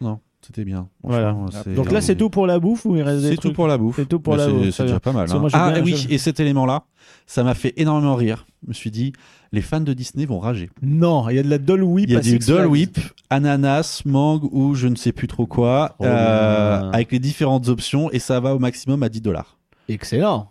Non, c'était bien. Voilà. Franchement, c'est- Donc là, c'est tout pour la bouffe ou il reste des C'est trucs tout pour la bouffe. C'est tout pour Mais la c'est- bouffe, C'est très bien. déjà pas mal. Parce que hein. moi, j'ai Ah bien- et oui, je- et cet élément-là, ça m'a fait énormément rire. Je me suis dit, les fans de Disney vont rager. Non, il y a de la Dole Whip. Il y a à du Six Dole Flags. Whip, ananas, mangue ou je ne sais plus trop quoi, Trop euh, bien. avec les différentes options et ça va au maximum à 10 dollars. Excellent.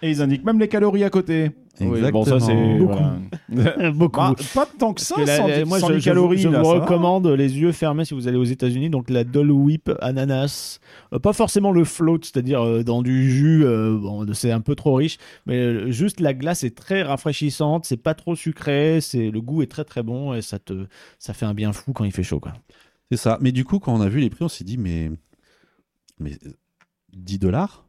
Et ils indiquent même les calories à côté. Oui, bon, ça, c'est. voilà. Beaucoup. Bah, pas tant que ça, Parce que la- sans, la- moi, sans je, les je- calories. je là, vous ça va. recommande euh, les yeux fermés si vous allez aux États-Unis. Donc la Dole Whip ananas, Euh, pas forcément le float, c'est-à-dire euh, dans du jus, euh, bon, c'est un peu trop riche, mais euh, juste la glace est très rafraîchissante, c'est pas trop sucré, c'est le goût est très très bon et ça te ça fait un bien fou quand il fait chaud quoi. C'est ça. Mais du coup, quand on a vu les prix, on s'est dit, mais, mais euh, 10 dollars,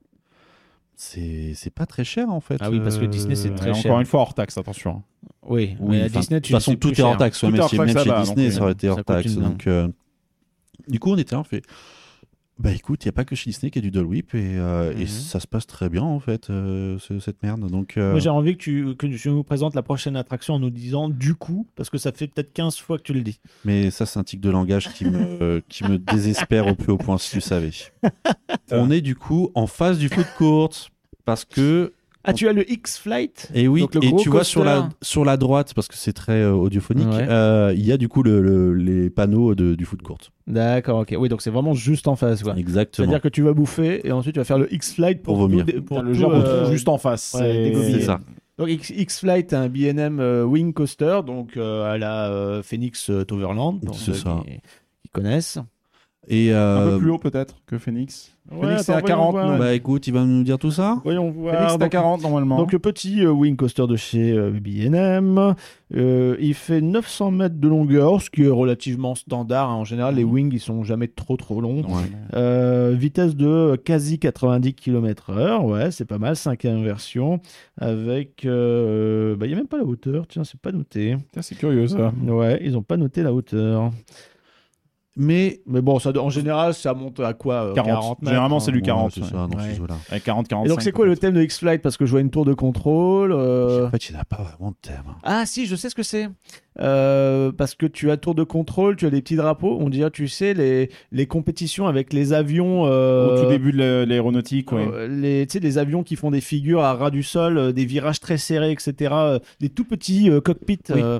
c'est c'est pas très cher en fait. Ah oui, parce que Disney, c'est Euh, très Et cher. Encore une fois, hors taxe, attention. Oui, Oui, mais à enfin, Disney, de tu toute façon, c'est tout plus est hors cher. taxe, ouais, Tout est même hors chez, taxe même chez là-bas, Disney, donc, euh, ça aurait été ça hors coûte taxe. une Donc, euh, du coup, on était là, on fait. Bah écoute, il n'y a pas que chez Disney qu'il y a du Dole Whip et, euh, et Mhm. ça se passe très bien en fait, euh, ce- cette merde. Donc, euh, Moi, j'ai envie que tu, que tu nous présentes la prochaine attraction en nous disant du coup, parce que ça fait peut-être 15 fois que tu le dis. mais ça, c'est un tic de langage qui me, euh, qui me désespère au plus haut point, si tu savais. on est du coup en face du food court parce que Ah, tu as le X-Flight Et oui, Donc, le et gros tu vois sur la, coaster. sur la droite, parce que c'est très euh, audiophonique, Ouais. euh, il y a du coup le- le- les panneaux de- du food court. D'accord, ok. Oui, donc c'est vraiment juste en face, quoi. Exactement. C'est-à-dire que tu vas bouffer et ensuite tu vas faire le X-Flight pour, Pour vomir. tout dé- pour T'as le tout, genre euh, qu'on trouve juste en face. euh, ouais, c'est- dégobillé. C'est ça. Donc X- X-Flight, un BNM euh, Wing Coaster, donc euh, à la euh, Phoenix euh, Toverland, pour C'est ceux ça. qui, qui connaissent. Et Un euh, peu plus haut peut-être que Phoenix. Phoenix, c'est attends, à 40. voyons non bah écoute, il va nous dire tout ça. Voyons voir. Phoenix, c'est à Donc, 40 normalement. donc, le petit euh, Wing Coaster de chez euh, BNM, euh, il fait 900 mètres de longueur, ce qui est relativement standard. hein. En général, Mmh. les wings, ils sont jamais trop trop longs. Euh, vitesse de euh, quasi 90 km/h, ouais, c'est pas mal, cinquième version, avec... euh, bah, il n'y a même pas la hauteur, tiens, c'est pas noté. Putain, c'est curieux ça. Mm. Ouais, ils ont pas noté la hauteur. Mais Mais bon, ça, do- en général, ça monte à quoi euh, 40. 40, mètres, Généralement, hein. c'est du 40. Ouais, c'est ça, dans Ouais. ces eaux-là. Avec 40, 45. Et donc, c'est quoi le thème de X-Flight Parce que je vois une tour de contrôle... euh, En fait, il n'a pas vraiment de hein. thème. Ah si, je sais ce que c'est. Euh, parce que tu as tour de contrôle, tu as des petits drapeaux. On dirait, tu sais, les, les compétitions avec les avions. euh, Au tout début de la- l'aéronautique, ouais. euh, les, tu sais, les avions qui font des figures à ras du sol, euh, des virages très serrés, etc. euh, des tout petits euh, cockpits. Oui. euh,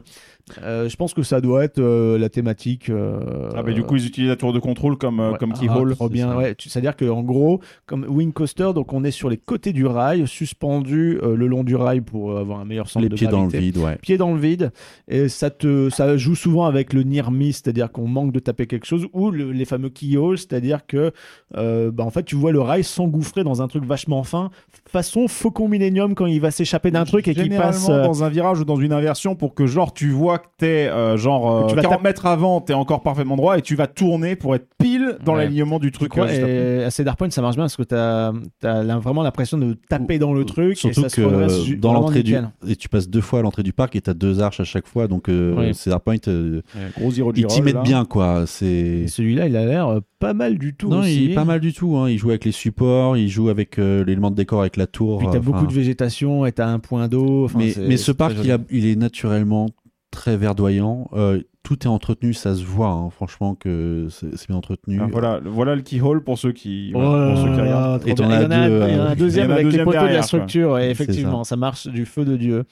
euh, je pense que ça doit être euh, la thématique. euh, Ah bah du coup ils utilisent la tour de contrôle comme, euh, Ouais. comme Ah, keyhole. trop bien, ouais. Tu- C'est-à-dire qu'en gros, comme wing coaster, donc on est sur les côtés du rail, suspendu euh, le long du rail pour euh, avoir un meilleur centre Les de pieds dans le gravité vide, ouais. pied dans le vide et ça te ça joue souvent avec le near miss c'est-à-dire qu'on manque de taper quelque chose ou le- les fameux keyholes c'est-à-dire que euh, bah, en fait tu vois le rail s'engouffrer dans un truc vachement fin façon faucon millénium quand il va s'échapper d'un truc et qu'il Généralement, passe euh, dans un virage ou dans une inversion pour que genre tu vois que t'es euh, genre Que tu euh, vas 40 taper- mètres avant t'es encore parfaitement droit et tu vas tourner pour être pile dans Ouais. l'alignement du tu truc. crois, euh, juste après. et à Cedar Point ça marche bien parce que t'as as vraiment l'impression de taper dans le truc et Surtout ça se que redresse euh, ju- dans vraiment l'entrée du nickel. et tu passes deux fois à l'entrée du parc et t'as deux arches à chaque fois, donc euh, Oui. Cedar Point, euh, Gros Zero ils t'y Girol, mettent là. bien quoi. C'est hein. Et celui-là il a l'air euh, pas mal du tout Non, aussi. il est pas mal du tout. hein. Il joue avec les supports, il joue avec euh, l'élément de décor, avec la tour. puis t'as euh, beaucoup enfin, de végétation et t'as un point d'eau enfin, mais, c'est- mais ce c'est très parc, joli. il, a- il est naturellement très verdoyant. Euh, tout est entretenu, ça se voit. hein. Franchement, que c'est c'est bien entretenu. Ah, Euh, voilà, le- voilà le keyhole pour ceux qui, Oh voilà, là pour ceux qui là, regardent. trop Et t'en bien. as il y en a, deux, un- il y en a euh, un deuxième il y en a un avec les deuxième poteaux de la derrière, quoi. structure. Et C'est effectivement, ça. marche du feu de Dieu.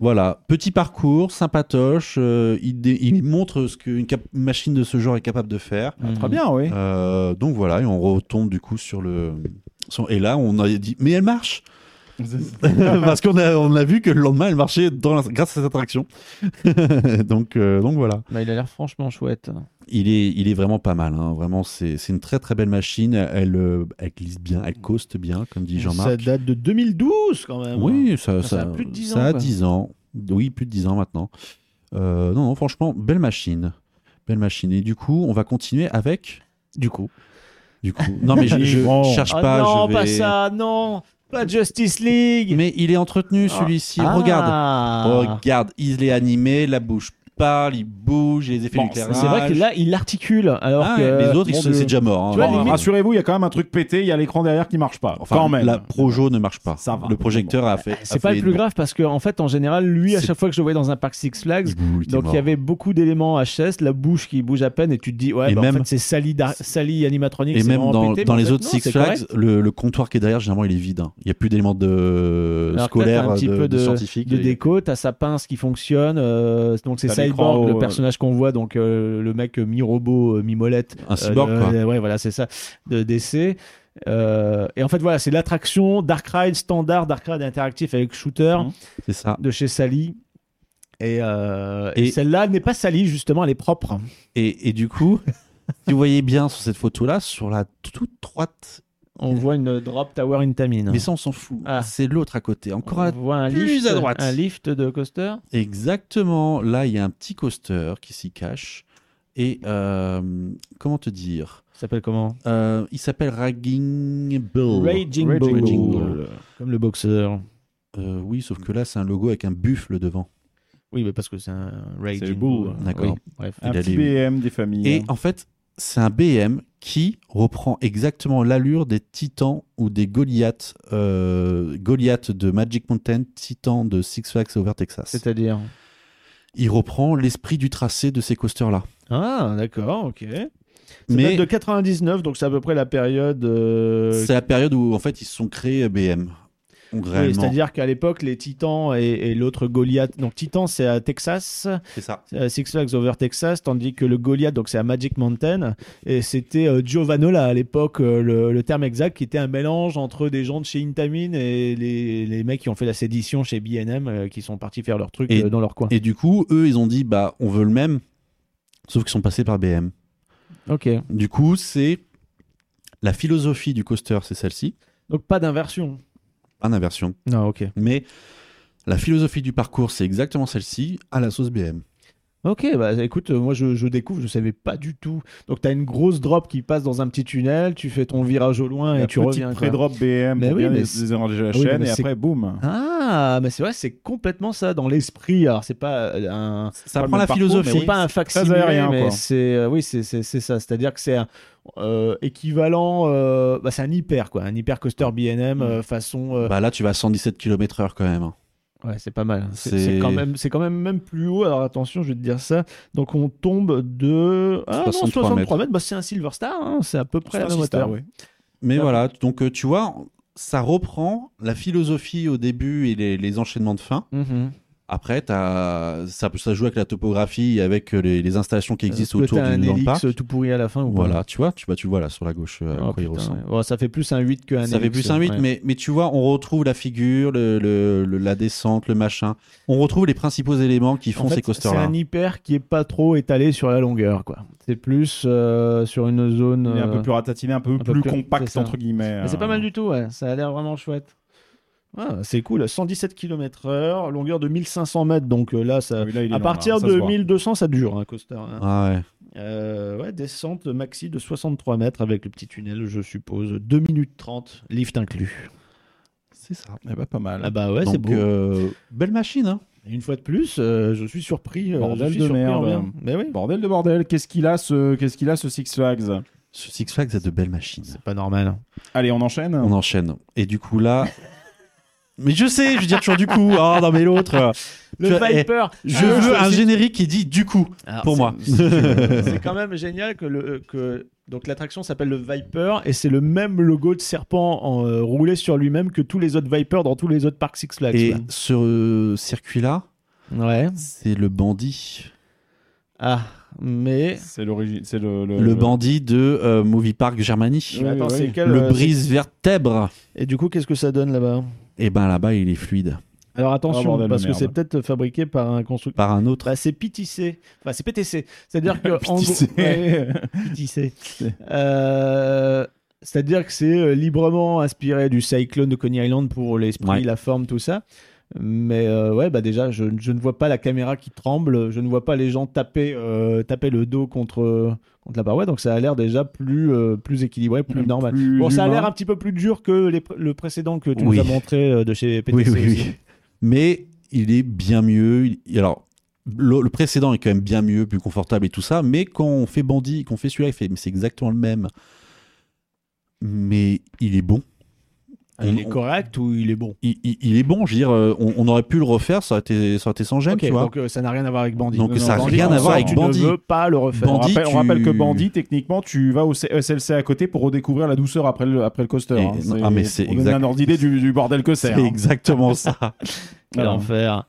Voilà. petit parcours, sympatoche. euh, il, dé- il montre ce qu'une cap- une machine de ce genre est capable de faire. Très bien, oui. Euh, donc voilà, et on retombe du coup sur le. sur- Et là, on a dit, mais elle marche Parce qu'on a, on a vu que le lendemain, elle marchait dans la- grâce à cette attraction. donc, euh, donc voilà. Bah, il a l'air franchement chouette. Il est, il est vraiment pas mal. hein. Vraiment, c'est c'est une très très belle machine. Elle, euh, elle glisse bien, elle coste bien, comme dit Ça Jean-Marc. date de 2012 quand même. Oui, ça, Ah, Ça ça- a plus de 10 ça ans, a quoi. 10 ans. Oui, plus de 10 ans maintenant. Euh, non, non, franchement, belle machine. Belle machine. Et du coup, on va continuer avec. Du coup. Du coup, non, mais je, je Livrant. cherche Ah pas. non, je pas vais- ça, non. Pas Justice League. Mais il est entretenu celui-ci. Regarde, Oh, Ah. regarde, il est animé, la bouche parle, il bouge, il y a les effets Bon, nucléaires. C'est vrai que là, il articule, alors Ah, que les autres, ils Mon se- Dieu. c'est déjà mort. hein. Tu vois, Bon, limite- rassure- Rassurez-vous, il y a quand même un truc pété, il y a l'écran derrière qui marche pas. Enfin, quand même. la Projo ne marche pas. Ça va. Le projecteur a fait. a Ah, C'est pas fait le plus une- grave parce que en fait, en général, lui, à C'est- chaque fois que je le voyais dans un parc Six Flags, Ouh, il était donc il mort. y avait beaucoup d'éléments HS, la bouche qui bouge à peine, et tu te dis ouais, Et bah, en même- fait, c'est Sally, dar- Sally animatronique. Et c'est même vraiment dans, pété, dans mais en les fait, autres non, Six c'est Flags, correct. le, le comptoir qui est derrière, généralement, il est vide. hein. Il n'y a plus d'éléments Alors de... que là, t'as scolaires, un petit de, peu de de- scientifiques. de Et- déco, t'as sa pince qui fonctionne, euh, donc c'est T'as l'écran Cyborg, au- le personnage qu'on voit, donc euh, le mec euh, mi-robot, euh, mi-molette. Un cyborg, euh, quoi. euh, ouais, voilà, c'est ça, de DC. Euh, et en fait, voilà, c'est l'attraction Dark Ride standard, Dark Ride interactif avec Shooter Mm. Mhm. C'est ça. de chez Sally. Et, euh, et Et- celle-là n'est pas Sally, justement, elle est propre. Et, et du coup, si vous voyez bien sur cette photo-là, sur la toute droite, On voit une drop tower in Tamine. Mm. mais ça, on s'en fout. Ah. C'est l'autre à côté. Encore on à la voit un plus lift, à droite. un lift de coaster. Exactement. Là, il y a un petit coaster qui s'y cache. Et euh, comment te dire Ça s'appelle comment Euh, Il s'appelle Ragging Bull. Raging, Bull. Bull. Comme le boxeur. Euh, oui, sauf que là, c'est un logo avec un buffle devant. Oui, mais parce que c'est un Raging C'est Bull. Ah. D'accord. Oui, bref. Un Il a petit les- BM des familles. Et en fait, c'est un BM qui reprend exactement l'allure des Titans ou des Goliaths. euh, Goliath de Magic Mountain, Titan de Six Flags Over Texas. C'est-à-dire Il reprend l'esprit du tracé de ces coasters-là. Ah, d'accord, ok. Ça Mais- date de 99, donc c'est à peu près la période. euh, C'est la période où, en fait, ils se sont créés BM. Donc, oui, réellement. C'est-à-dire qu'à l'époque, les Titans et, et l'autre Goliath. Donc Titan, c'est à Texas, C'est ça. c'est à euh, Six Flags Over Texas, tandis que le Goliath, donc c'est à Magic Mountain. Et c'était euh, Giovanola à l'époque, euh, le, le terme exact, qui était un mélange entre des gens de chez Intamin et les, les mecs qui ont fait la sédition chez BNM, euh, qui sont partis faire leur truc Et- euh, dans leur coin. Et du coup, eux, ils ont dit, bah, on veut le même, sauf qu'ils sont passés par BM. Ok. Du coup, c'est la philosophie du coaster, c'est celle-ci, Donc pas d'inversion. en inversion. Non, ok. Mais la philosophie du parcours, c'est exactement celle-ci, à la sauce BM. Ok, bah écoute, euh, moi je, je découvre, je savais pas du tout. Donc t'as une grosse drop qui passe dans un petit tunnel, tu fais ton virage au loin et tu reviens. quoi. Pré-drop BM Mais pour oui, bien mais les, c'est- Ah les arranger à la oui, chaîne mais et c'est- après, boum. Ah, mais c'est vrai, c'est complètement ça dans l'esprit. Alors c'est pas euh, un, Ça pas prend le la même parcours, philosophie. mais c'est oui, pas un facsimilé, aérien, mais quoi. c'est euh, oui, c'est c'est- c'est ça. C'est-à-dire que c'est un, euh, équivalent, euh, bah, c'est un hyper quoi, un hyper coaster BNM euh, façon. euh, Bah là, tu vas à 117 km/h quand même. Bah, Ouais, c'est pas mal. C'est C'est- c'est quand même, c'est quand même même plus haut. Alors attention, je vais te dire ça. Donc on tombe de ah, non, 63 63 mètres. mètres. Bah, c'est un Silver Star, hein, c'est à peu près à la Star, hauteur. oui. Mais Ah. voilà, donc euh, tu vois, ça reprend la philosophie au début et les, les enchaînements de fin. Mhm. Après, as, ça, ça joue avec la topographie, et avec euh, les, les installations qui existent Est-ce que autour t'as du un du hélix euh, parc. tout pourri à la fin ou pas Voilà, tu vois, tu, bah, tu vois là sur la gauche euh, Oh, à quoi il putain, ressemble. ouais. Bon, ça fait plus un 8 qu'un Ça fait hélix, plus un 8, ouais. mais, mais tu vois, on retrouve la figure, le, le- le- la descente, le machin. On retrouve les principaux éléments qui font En fait, ces C'est coasters-là. un hyper qui est pas trop étalé sur la longueur, quoi. C'est plus euh, sur une zone. Il est un euh, peu plus ratatiné, un peu peu plus plus- c'est compact, ça. entre guillemets. euh, mais C'est pas mal du tout, ouais. Ça a l'air vraiment chouette. Ah, c'est cool, 117 km/h, longueur de 1500 mètres, donc euh, là, ça. Oui, là, il est long, à là, partir ça se de voit. 1200, ça dure, un coaster. hein. Ah ouais. Euh, ouais, descente maxi de 63 mètres avec le petit tunnel, je suppose. 2 minutes 30, lift inclus. C'est ça. Eh ben, pas mal. Ah bah ouais, c'est Donc, beau. euh, belle machine, hein. Une fois de plus, euh, je suis surpris. euh, Bordel je suis de surpris en merde. bien. Mais oui, Bordel de bordel, qu'est-ce qu'il a ce, qu'est-ce qu'il a ce Six Flags Ce Six Flags a de belles machines. c'est pas normal. Allez, on enchaîne. On enchaîne. Et du coup, là. mais je sais, je veux dire toujours du coup. Ah non, mais l'autre. Le Tu vois, eh, Viper. Je Ah, veux c'est- un générique qui dit du coup, Alors, pour c'est- moi. C'est quand même génial que le que donc l'attraction s'appelle le Viper et c'est le même logo de serpent en, euh, roulé sur lui-même que tous les autres Vipers dans tous les autres parcs Six Flags. Et ce euh, circuit-là, quoi. ouais. c'est le bandit. Ah, mais C'est l'origine, c'est le Le bandit de euh, Movie Park Germany. Oui, Attends, oui. c'est quel, Le euh, brise vertèbre. c'est- Et du coup, qu'est-ce que ça donne là-bas Ah, Et ben là-bas, il est fluide. Alors Oh, attention, bordel de parce que merde. c'est peut-être fabriqué par un constructeur. Par un autre. Bah, c'est PTC, enfin c'est PTC, c'est-à-dire que en gros- PTC. Ouais, PTC. Euh, c'est-à-dire que c'est euh, librement inspiré du Cyclone de Coney Island pour l'esprit, Ouais. la forme, tout ça. Mais euh, ouais, bah déjà, je, je ne vois pas la caméra qui tremble, je ne vois pas les gens taper, euh, taper le dos contre, contre la paroi, donc ça a l'air déjà plus, euh, plus équilibré, plus normal. Bon, ça a l'air un petit peu plus dur que les pr- le précédent que tu Oui. nous as montré euh, de chez PTC. Oui, oui, aussi. oui. Mais il est bien mieux. Il- Alors, Le, le précédent est quand même bien mieux, plus confortable et tout ça, mais quand on fait Bandit, qu'on fait celui-là, il fait, mais c'est exactement le même. Mais il est bon. Il On- est on- correct ou il est bon il, il- il est bon, je veux dire, euh, on, on aurait pu le refaire, ça aurait été, ça aurait été sans gêne, Ok, tu vois. donc euh, ça n'a rien à voir avec Bandit. Donc, ça a Bandit, rien à on voir sort, avec tu Bandit. ne veux pas le refaire. on, Bandit, rappelle, on tu- rappelle que Bandit, techniquement, tu vas au C- euh, SLC à côté pour redécouvrir la douceur après le, après le coaster. Et- hein. non, ah, mais c'est pour donner exact- un ordre d'idée du, du bordel que c'est. C'est hein. exactement ça. Quel Alors, enfer.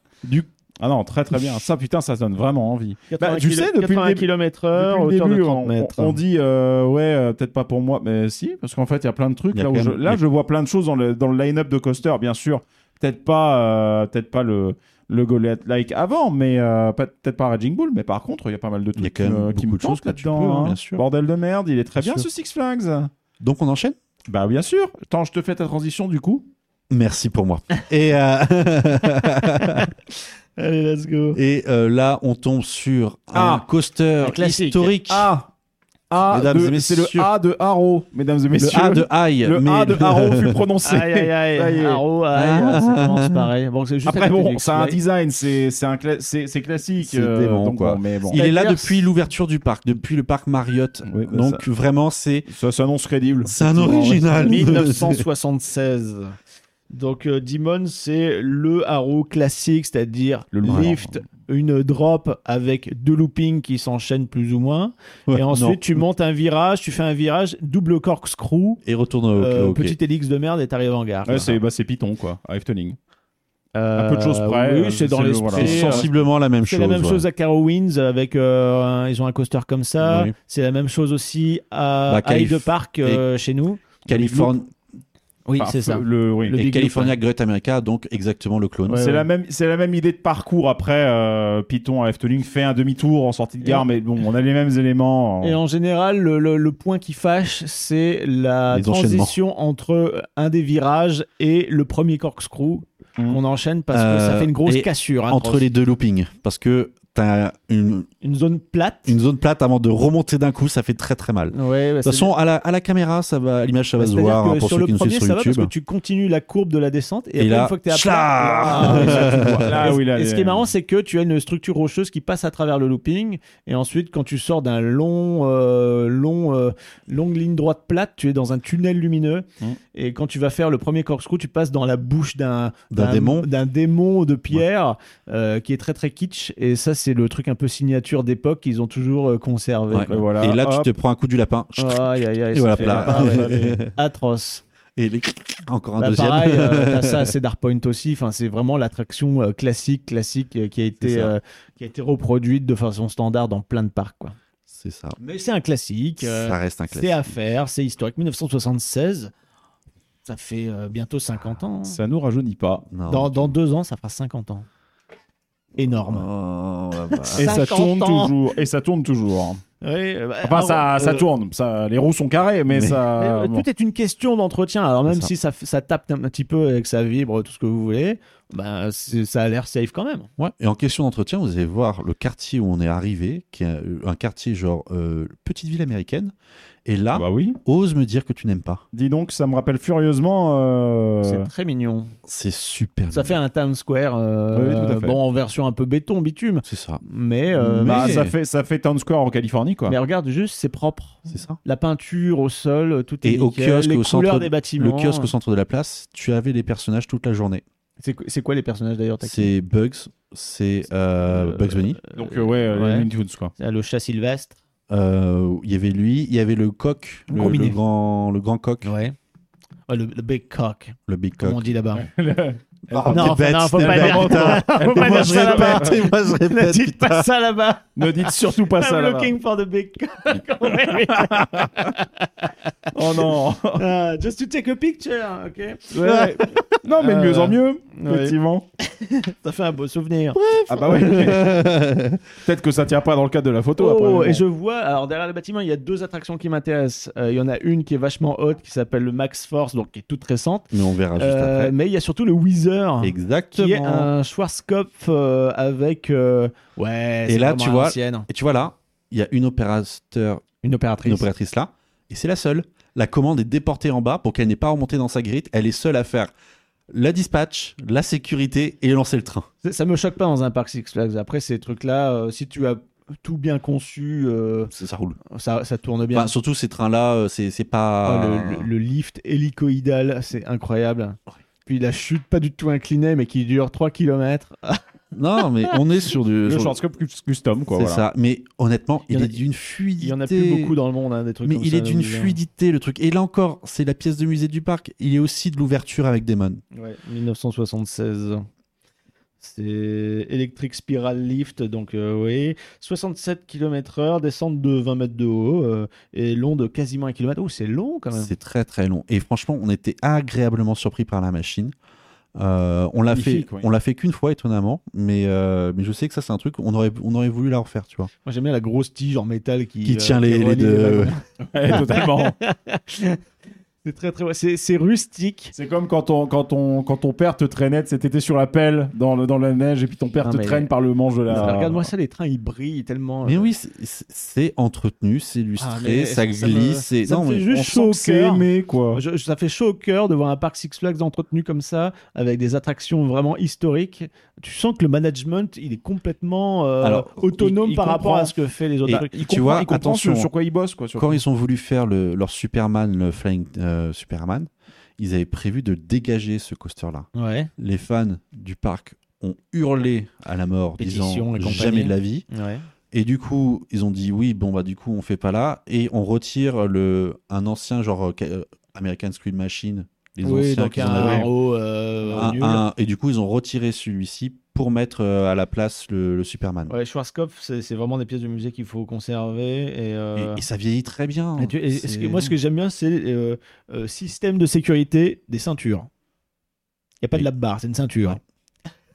Ah non, très très bien. Ça, putain, ça donne vraiment envie. Bah, tu sais, depuis le 80 début- km/h, Depuis le hauteur de début, 30 on- mètres. On, dit euh, ouais, euh, peut-être pas pour moi, mais si, parce qu'en fait, il y a plein de trucs Il y a là où plein je, de- là, mais- je vois plein de choses dans le dans le line-up de coaster, bien sûr. Peut-être pas, euh, peut-être pas le le golet like avant, mais euh, pas- peut-être pas Raging Bull, mais par contre, il y a pas mal de Il y a trucs quand même euh, qui beaucoup me de choses tentent que tu là-dedans, peux, hein, hein. bien sûr. Bordel de merde, il est très bien, Bien ce Six Flags. Donc on enchaîne Bah bien sûr. Attends, je te fais ta transition du coup. Merci pour moi. Et, euh, hein. Allez, let's go. et euh, là, on tombe sur Ah, un coaster un classique. Ah, historique. A. A Mesdames et Ah. de, c'est le messieurs. A de Haro, mesdames et messieurs. le A de High. Le mais A de le- Haro fut prononcé. Aïe, aïe, Ça y aïe. est. Haro, aïe, Ah. aïe, ça commence pareil. Bon, c'est juste à Après côté bon, du ça a un X-Play. design, c'est c'est un cla- c'est c'est classique. euh, C'est dément, donc quoi. bon, mais bon. Il est là C'est-à-dire- depuis l'ouverture du parc, depuis le parc Marriott. Oui, bah, Donc vraiment, c'est Ça s'annonce crédible. c'est un original. 1976. Donc euh, Demon, c'est le haro classique, c'est-à-dire Le le loop. lift, une drop avec deux loopings qui s'enchaînent plus ou moins. Ouais, et ensuite, non. tu montes un virage, tu fais un virage double corkscrew, et retourne au euh, au- ok. petite hélix de merde et t'arrives en gare. Euh, Ouais, c'est bah, c'est Python quoi, Efteling. un peu de choses près, Oui, c'est dans c'est le- l'esprit. voilà. C'est euh, sensiblement la même C'est chose. la même ouais. chose à Carowinds avec euh, un- ils ont un coaster comme ça. Oui. C'est la même chose aussi à Bah, Hyde Calif- Park euh, chez nous. Californie Oui, Enfin, c'est ça. Le, oui. Le et Big Loop, California Great America, donc exactement le clone. Ouais, C'est la même, c'est la même idée de parcours. Après, euh, Python à Efteling fait un demi-tour en sortie de gare, mais bon, on a les mêmes éléments. Et en général, le, le- le point qui fâche, c'est la Les enchaînements. transition entre un des virages et le premier corkscrew Mhm. qu'on enchaîne parce que ça Mmh. Euh, fait une grosse et cassure. hein, Entre grosse. les deux loopings, parce que t'as une, Une zone plate. une zone plate avant de remonter d'un coup, ça fait très très mal. De Ouais, bah, toute façon, à la, à la caméra, ça va, à l'image, ça va se C'est-à-dire voir que hein, pour sur ceux le qui nous premier, suivent sur ça va parce que YouTube. tu continues la courbe de la descente et, Et après, là, une fois que t'es à schla- plat- Ah, ouais, ça, tu vois. Là, Et- oui, là, et ce qui les- est marrant, c'est que tu as une structure rocheuse qui passe à travers le looping, et ensuite, quand tu sors d'un long, euh, long, euh, longue ligne droite plate, tu es dans un tunnel lumineux. Mmh. Mm. Et quand tu vas faire le premier corkscrew, tu passes dans la bouche d'un D'un démon. d'un démon de pierre euh, qui est très très kitsch. Et ça, c'est le truc un peu signature d'époque qu'ils ont toujours euh, conservé. Ouais. Et voilà, et là, hop. tu te prends un coup du lapin. Aïe, aïe, aïe, et ça voilà, fait plat. pas, ouais, c'est atroce. Et les- encore un Bah, deuxième. Pareil, euh, t'as ça, c'est Darkpoint aussi. Enfin, c'est vraiment l'attraction euh, classique, classique euh, qui a C'est été ça. euh, qui a été reproduite de façon standard dans plein de parcs. Quoi. c'est ça. Mais c'est un classique. euh, ça reste un c'est classique. à faire, c'est historique. 1976, ça fait euh, bientôt 50 ans. hein. ça nous rajeunit pas. Non. Dans, dans deux ans, ça fera 50 ans. Énorme. Oh, la vache. Et ça 50 tourne ans. toujours. Et ça tourne toujours. Oui, euh, bah, Enfin, alors, ça, ça euh, tourne. Ça, les roues sont carrées, mais, mais- Mais, ça. euh, bon. Tout est une question d'entretien. Alors même ça. si ça, f- ça tape un petit peu et que ça vibre, tout ce que vous voulez, bah, c'est- ça a l'air safe quand même. Ouais. Et en question d'entretien, vous allez voir le quartier où on est arrivé, qui est un- un quartier genre euh, petite ville américaine. Et là, Ah Bah oui. ose me dire que tu n'aimes pas. Dis donc, ça me rappelle furieusement. euh, C'est très mignon. C'est super. Ça mignon. fait un town square, euh, Oui, tout à fait. bon en version un peu béton, bitume, C'est ça. mais, euh, Bah, Mais- ça fait ça fait Town Square en Californie quoi. mais regarde juste, c'est propre. C'est ça. La peinture au sol, tout est Et au nickel, kiosque les au couleurs centre- des bâtiments. Le kiosque au centre de la place, tu avais les personnages toute la journée. C'est qu- c'est quoi les personnages d'ailleurs t'as qui C'est Bugs, c'est euh, Euh, Bugs Bunny. Donc euh, ouais, euh, Ouais. les Looney Tunes quoi. Ah, Le chat sylvestre. Euh, Il y avait lui, il y avait le coq, le, Combiné. le grand, le grand coq, Ouais. le, le big cock, le big coq. comme on dit là-bas. Ah, Non, t'es enfin, non, faut pas Snapper, dire- putain. faut Ah, pas Et moi, dire je ça là-bas. répète, et moi, je Ne répète, dites putain. pas ça là-bas. ne dites surtout pas ça I'm là. looking for the big cock. Oh non. Ah, just to take a picture, ok. Ouais, ouais. non mais de Ah, mieux en ouais. mieux. Ouais. Effectivement. Ça fait un beau souvenir. Ah bah ouais. Peut-être que ça tient pas dans le cadre de la photo après. Oh, mais bon. et je vois, alors derrière le bâtiment, il y a deux attractions qui m'intéressent. Euh, il y en a une qui est vachement haute, qui s'appelle le Max Force, donc qui est toute récente. Mais on verra juste Euh, après. mais il y a surtout le Weezer, Hein. qui est Exactement. un Schwarzkopf euh, avec. euh, ouais, Et c'est là, vraiment tu à vois- l'ancienne. Et tu vois là, il y a une opérateur, Une une opératrice. opératrice là, et c'est la seule. La commande est déportée en bas pour qu'elle n'ait pas remonté dans sa grille. Elle est seule à faire la dispatch, la sécurité et lancer le train. Ça- Ça me choque pas dans un parc Six Flags. Après, ces trucs-là, euh, si tu as tout bien conçu, euh, Ça, ça roule. ça, ça tourne bien. Enfin, surtout ces trains-là, euh, c'est c'est Oh, pas. le, le- le lift hélicoïdal, c'est incroyable. Puis la chute pas du tout inclinée, mais qui dure 3 km. Non, mais on est sur du. Le sur- shortscope cus- custom, quoi. C'est voilà. ça. Mais honnêtement, Il y en il, est a- d'une fluidité. Il y en a plus beaucoup dans le monde, hein, des trucs Mais comme il ça, est d'une donc, euh, fluidité le truc. Et là encore, c'est la pièce de musée du parc. Il est aussi de l'ouverture avec Damon. Ouais, 1976. C'est Electric Spiral Lift, donc euh, oui, 67 km/h, descente de 20 mètres de haut euh, et long de quasiment 1 km. Oh, c'est long quand même. C'est très très long. Et franchement, on était agréablement surpris par la machine. Euh, on l'a fait, Magnifique, oui. on l'a fait qu'une fois étonnamment, mais euh, mais je sais que ça c'est un truc on aurait on aurait voulu la refaire, tu vois. Moi j'aime bien la grosse tige en métal qui, Qui euh, tient les- les relie deux, wagons. ouais. Ouais, totalement. C'est très très c'est c'est rustique. C'est comme quand, on, quand, on, quand ton père te traînait cet été sur la pelle dans, le- dans la neige et puis ton père Non, te mais- traîne par le manche de la. Regarde-moi ça, les trains ils brillent tellement. Bah, Mais euh, oui, c'est- c'est c'est entretenu, c'est Ah, illustré, mais ça ça me- glisse. c'est- ça me non, fait mais juste on- chaud. que c'est Soccer. aimé, quoi. Je- je- ça fait chaud au cœur de voir un parc Six Flags entretenu comme ça, avec des attractions vraiment historiques. Tu sens que le management, il est complètement euh, Alors, autonome il- il par rapport comprend. à ce que fait les autres Et- trucs. Il tu comprend- vois, il comprend attention. sur, sur quoi il bosse, quoi. sur- Quand ils ont voulu faire le- leur Superman, le Flying euh, Superman, ils avaient prévu de dégager ce coaster-là. Ouais, Les fans du parc ont hurlé à la mort, Pétition disant et compagnie. jamais de la vie. ouais. Et du coup, ils ont dit oui, bon bah du coup on fait pas là et on retire le un ancien genre euh, ca- euh, American Screen Machine, les Oui, anciens donc qu'ils un en avaient. haro, euh, Un- nul. un- et du coup ils ont retiré celui-ci pour mettre euh, à la place le, le Superman. Ouais, Schwarzkopf, c'est c'est vraiment des pièces de musée qu'il faut conserver. Et, euh, Et, et ça vieillit très bien. hein. Et tu- et- ce que- C'est- moi, ce que j'aime bien, c'est euh, euh, système de sécurité des ceintures. Il n'y a pas de Oui. la barre, c'est une ceinture.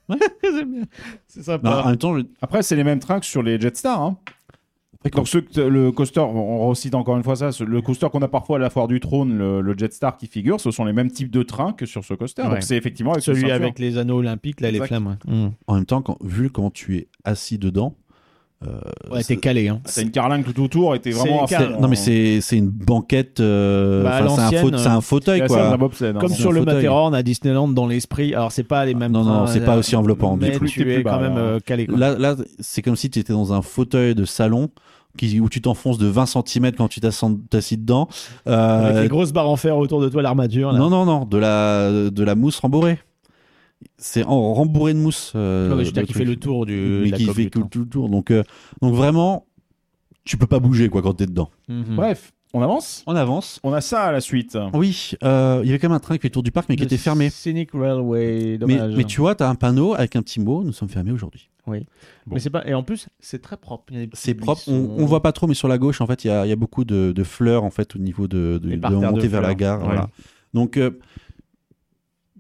J'aime bien. c'est Non, sympa. en même temps, je- Après, c'est les mêmes trains que sur les Jetstar. Hein. Après, quand- Donc, ceux que- le coaster, on recite encore une fois ça, ce- le coaster qu'on a parfois à la foire du trône, le, le Jetstar qui figure, ce sont les mêmes types de trains que sur ce coaster. Ouais. Donc, c'est effectivement Ah, avec celui cette ceinture. avec les anneaux olympiques, là, les Exact. flammes. ouais. Mm. en même temps, quand- vu comment tu es assis dedans, euh, Ouais, c'est- t'es calé. Hein. Ah, T'as une carlingue tout autour et t'es vraiment. C'est- à fond. c'est- non mais c'est c'est une banquette, euh, Bah, à enfin, c'est un, l'ancienne, faute- c'est un fauteuil C'est assez quoi. un bobsled, hein. Comme c'est sur un le fauteuil. Matterhorn à Disneyland dans l'esprit. Alors, c'est pas les mêmes. Non, non, trains, c'est euh, pas aussi enveloppant. Mais Du coup, tu t'es es plus quand bas, même là. euh, calé. quoi. Là, là c'est comme si tu étais dans un fauteuil de salon qui, où tu t'enfonces de 20 cm quand tu t'assen- t'assis dedans. Euh, Avec les grosses barres en fer autour de toi, l'armature. là. non, non, non, de la, de la mousse rembourrée. C'est en rembourré de mousse. euh, Non, mais je veux dire le qu'il truc. fait le tour du. Mais de la qui coque fait du tout, train. tout le tour. Donc, euh, donc vraiment, tu peux pas bouger quoi quand t'es dedans. Mhm. Bref, on avance. On avance. On a ça à la suite. Ah, Oui, euh, il y avait quand même un train qui fait le tour du parc mais qui Le était fermé. Scenic Railway, Mais, dommage. hein. mais tu vois, t'as un panneau avec un petit mot, nous sommes fermés aujourd'hui. Bon. Mais c'est pas... Et en plus, c'est très propre. Il y a des petits C'est propre, buissons. on, on voit pas trop, mais sur la gauche, en fait, il y a, il y a beaucoup de, de fleurs en fait au niveau de, de, Les de parterres de montée vers fleurs. la gare. Ouais. voilà. Donc euh,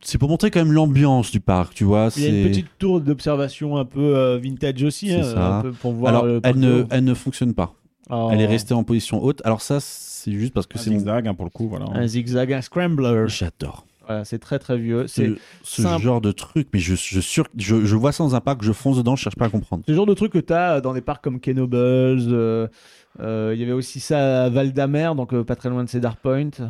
c'est pour montrer quand même l'ambiance du parc, tu vois. Il y a une c'est- petite tour d'observation un peu euh, vintage aussi, C'est hein, ça. un peu pour voir. Alors, le elle ne, parcours. elle ne fonctionne pas. euh, Oh. Elle est restée en position haute. Alors ça, c'est juste parce Ah, que Un c'est mon... zigzag, hein, pour le coup, voilà. Oh, Un zigzag, un scrambler. J'adore Voilà, c'est très très vieux. C'est ce, ce simple. genre de truc, mais je, je, sur... je, je vois sans un parc, je fonce dedans, je cherche pas à comprendre. ce genre de truc que tu as dans des parcs comme Kenobles. euh, euh, il y avait aussi ça à Val d'Amer, donc euh, pas très loin de Cedar Point. Tous, Et-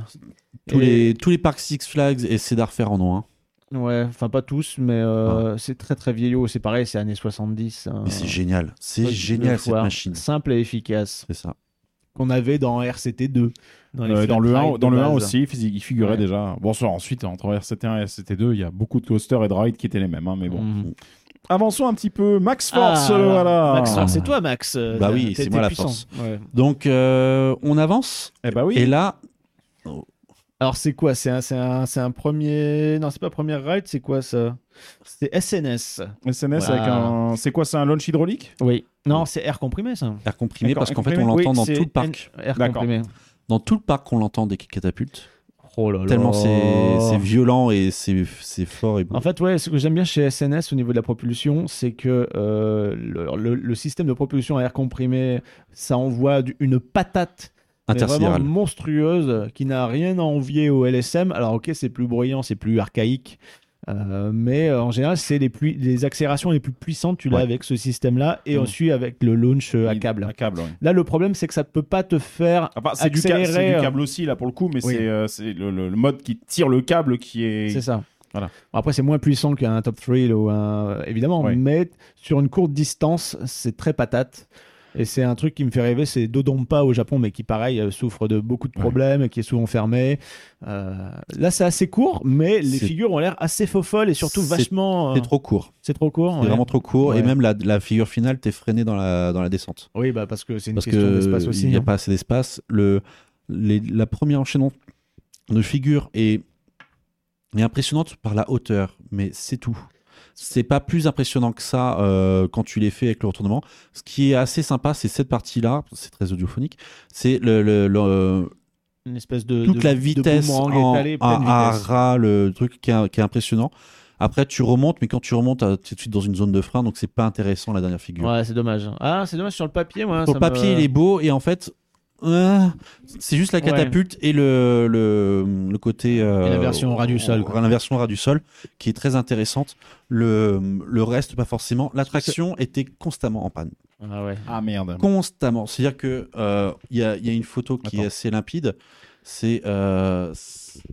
Ah. les, tous les parcs Six Flags et Cedar Fair en ont un. Ouais, enfin pas tous, mais euh, Ah. c'est très très vieillot. C'est pareil, c'est années 70. hein. Mais c'est génial, c'est Le génial cette foire, machine. Simple et efficace. C'est ça. Qu'on avait dans RCT2. Dans, les Euh, dans le flat 1, rides dans de le 1 base. aussi, il il figurait Ouais. déjà. Bon, ça, ensuite, hein, entre RCT1 et RCT2, il y a beaucoup de coasters et de rides qui étaient les mêmes, hein, mais bon. Mhm. Avançons un petit peu. Max Force, Ah, euh, voilà. Max Force, Ah. c'est toi, Max. euh, Bah t'as- oui, t'es- c'est t'es moi la puissant. force. Ouais. Donc euh, on avance. Eh bah oui. Et là, Alors, c'est quoi C'est un, c'est un, c'est un premier. Non, c'est pas première ride, c'est quoi ça C'est SNS. SNS Voilà. avec un. C'est quoi, c'est un launch hydraulique Oui. Non, c'est air comprimé, ça. air comprimé D'accord, parce qu'en fait on comprimé, l'entend dans c'est tout le parc. N- Air D'accord. comprimé. Dans tout le parc on l'entend des catapultes. Oh là là. Tellement c'est c'est violent et c'est c'est fort et beau. En fait, ouais, ce que j'aime bien chez SNS au niveau de la propulsion, c'est que euh, le, le- le système de propulsion à air comprimé, ça envoie du- une patate mais vraiment Intersidéral. monstrueuse qui n'a rien à envier au LSM. Alors, ok, c'est plus bruyant, c'est plus archaïque. euh, mais euh, en général, c'est les, pui- les accélérations les plus puissantes, tu l'as Ouais. avec ce système-là, et Mm. ensuite avec le launch euh, à câble. À câble, ouais. Là, le problème, c'est que ça ne peut pas te faire. Enfin, c'est du, câble- Accélérer, c'est du euh. câble aussi, là, pour le coup, mais Oui. c'est euh, c'est le, le- le mode qui tire le câble qui est. C'est ça. Voilà. Bon, après, c'est moins puissant qu'un top thrill ou un. Évidemment, Oui. mais sur une courte distance, c'est très patate. Et c'est un truc qui me fait rêver, c'est Dodonpa au Japon, mais qui, pareil, euh, souffre de beaucoup de problèmes, et qui est souvent fermé. Euh, là, c'est assez court, mais les C'est- figures ont l'air assez fofolles et surtout C'est- vachement. euh, C'est trop court. C'est trop court. C'est ouais. vraiment trop court. Ouais. Et même la, la figure finale, t'es freiné dans la, dans la descente. Oui, bah, parce que c'est une Parce question que d'espace aussi. il n'y a hein. pas assez d'espace. Le, les- la première enchaînement de figures est, est impressionnante par la hauteur, mais c'est tout. C'est pas plus impressionnant que ça euh, quand tu les fais avec le retournement. Ce qui est assez sympa, c'est cette partie-là, c'est très audiophonique, c'est le, le- le- Une espèce de. toute de- la de vitesse boomerang en- étalé, à, pleine à vitesse. ras, le truc qui est, qui est impressionnant. Après, tu remontes, mais quand tu remontes, t'as- t'es tout de suite dans une zone de frein, donc c'est pas intéressant la dernière figure. Ouais, c'est dommage. Ah, c'est dommage sur le papier, hein, moi. Sur le papier, il est beau et en fait, euh, c'est juste la Ouais. catapulte et le, le, le côté. euh, Et la version ras du sol, quoi. La version ras du sol qui est très intéressante. Le, le reste, pas forcément. L'attraction était constamment en panne. Ah ouais. Ah merde. Constamment. C'est-à-dire que euh, il y, a, il y a une photo qui Attends. est assez limpide. C'est. euh,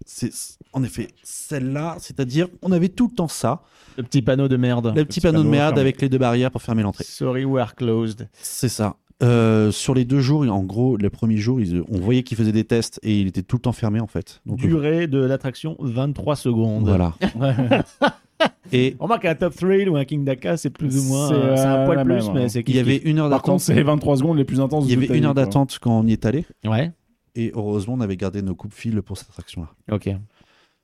c'est en effet celle-là. C'est-à-dire, on avait tout le temps ça. Le petit panneau de merde. Le petit panneau de panneau merde fermé. avec les deux barrières pour fermer l'entrée. Sorry, we're closed. C'est ça. Euh, sur les deux jours, en gros, le premier jour, ils- on voyait qu'ils faisaient des tests et il était tout le temps fermé en fait. Donc, Durée de l'attraction 23 euh, secondes. voilà. et On Remarque un Top Thrill ou un King Daka, c'est plus ou moins. C'est, euh, C'est euh, un poil la plus, même, hein. mais c'est. il y avait une heure Par contre, d'attente. c'est les 23 secondes les plus intenses. Il de y ta avait une vie, heure quoi. d'attente quand on y est allé Ouais. et heureusement, on avait gardé nos coupes-fils pour cette attraction-là. Ok.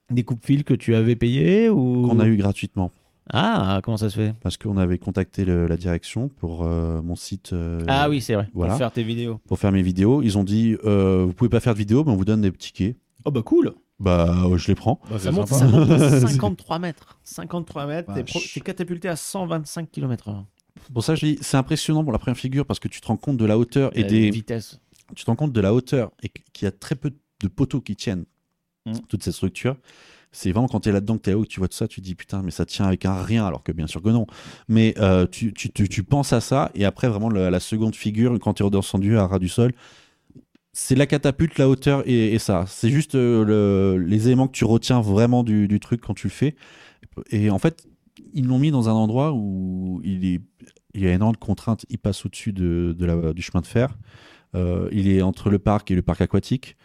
Des coupes fils que tu avais payées ou. Qu'on a eu gratuitement Ah, comment ça se fait parce qu'on avait contacté le- la direction pour euh, mon site. euh, Ah oui, c'est vrai. Voilà. Pour faire tes vidéos. Pour faire mes vidéos, ils ont dit euh, vous pouvez pas faire de vidéo, mais on vous donne des tickets. Oh bah cool. Bah, euh, je les prends. Bah, c'est Ça monte, sympa. ça monte à 53 mètres. 53 mètres, t'es Vache. pro- t'es catapulté à 125 km/h. Pour ça, je dis c'est impressionnant pour la première figure parce que tu te rends compte de la hauteur Euh, et des vitesses. tu te rends compte de la hauteur et qu- qu'il y a très peu de poteaux qui tiennent Mm. toute cette structure. C'est vraiment quand tu es là-dedans que tu es haut, que tu vois tout ça, tu te dis putain, mais ça tient avec un rien, alors que bien sûr que non. Mais euh, tu, tu, tu- tu penses à ça, et après, vraiment, la, la seconde figure, quand tu es redescendu à ras du sol, c'est la catapulte, la hauteur et, et ça. C'est juste euh, le- les éléments que tu retiens vraiment du, du truc quand tu le fais. Et en fait, ils l'ont mis dans un endroit où il, est, il y a énormément de contraintes, il passe au-dessus de, de la- du chemin de fer. Euh, il est entre le parc et le parc aquatique.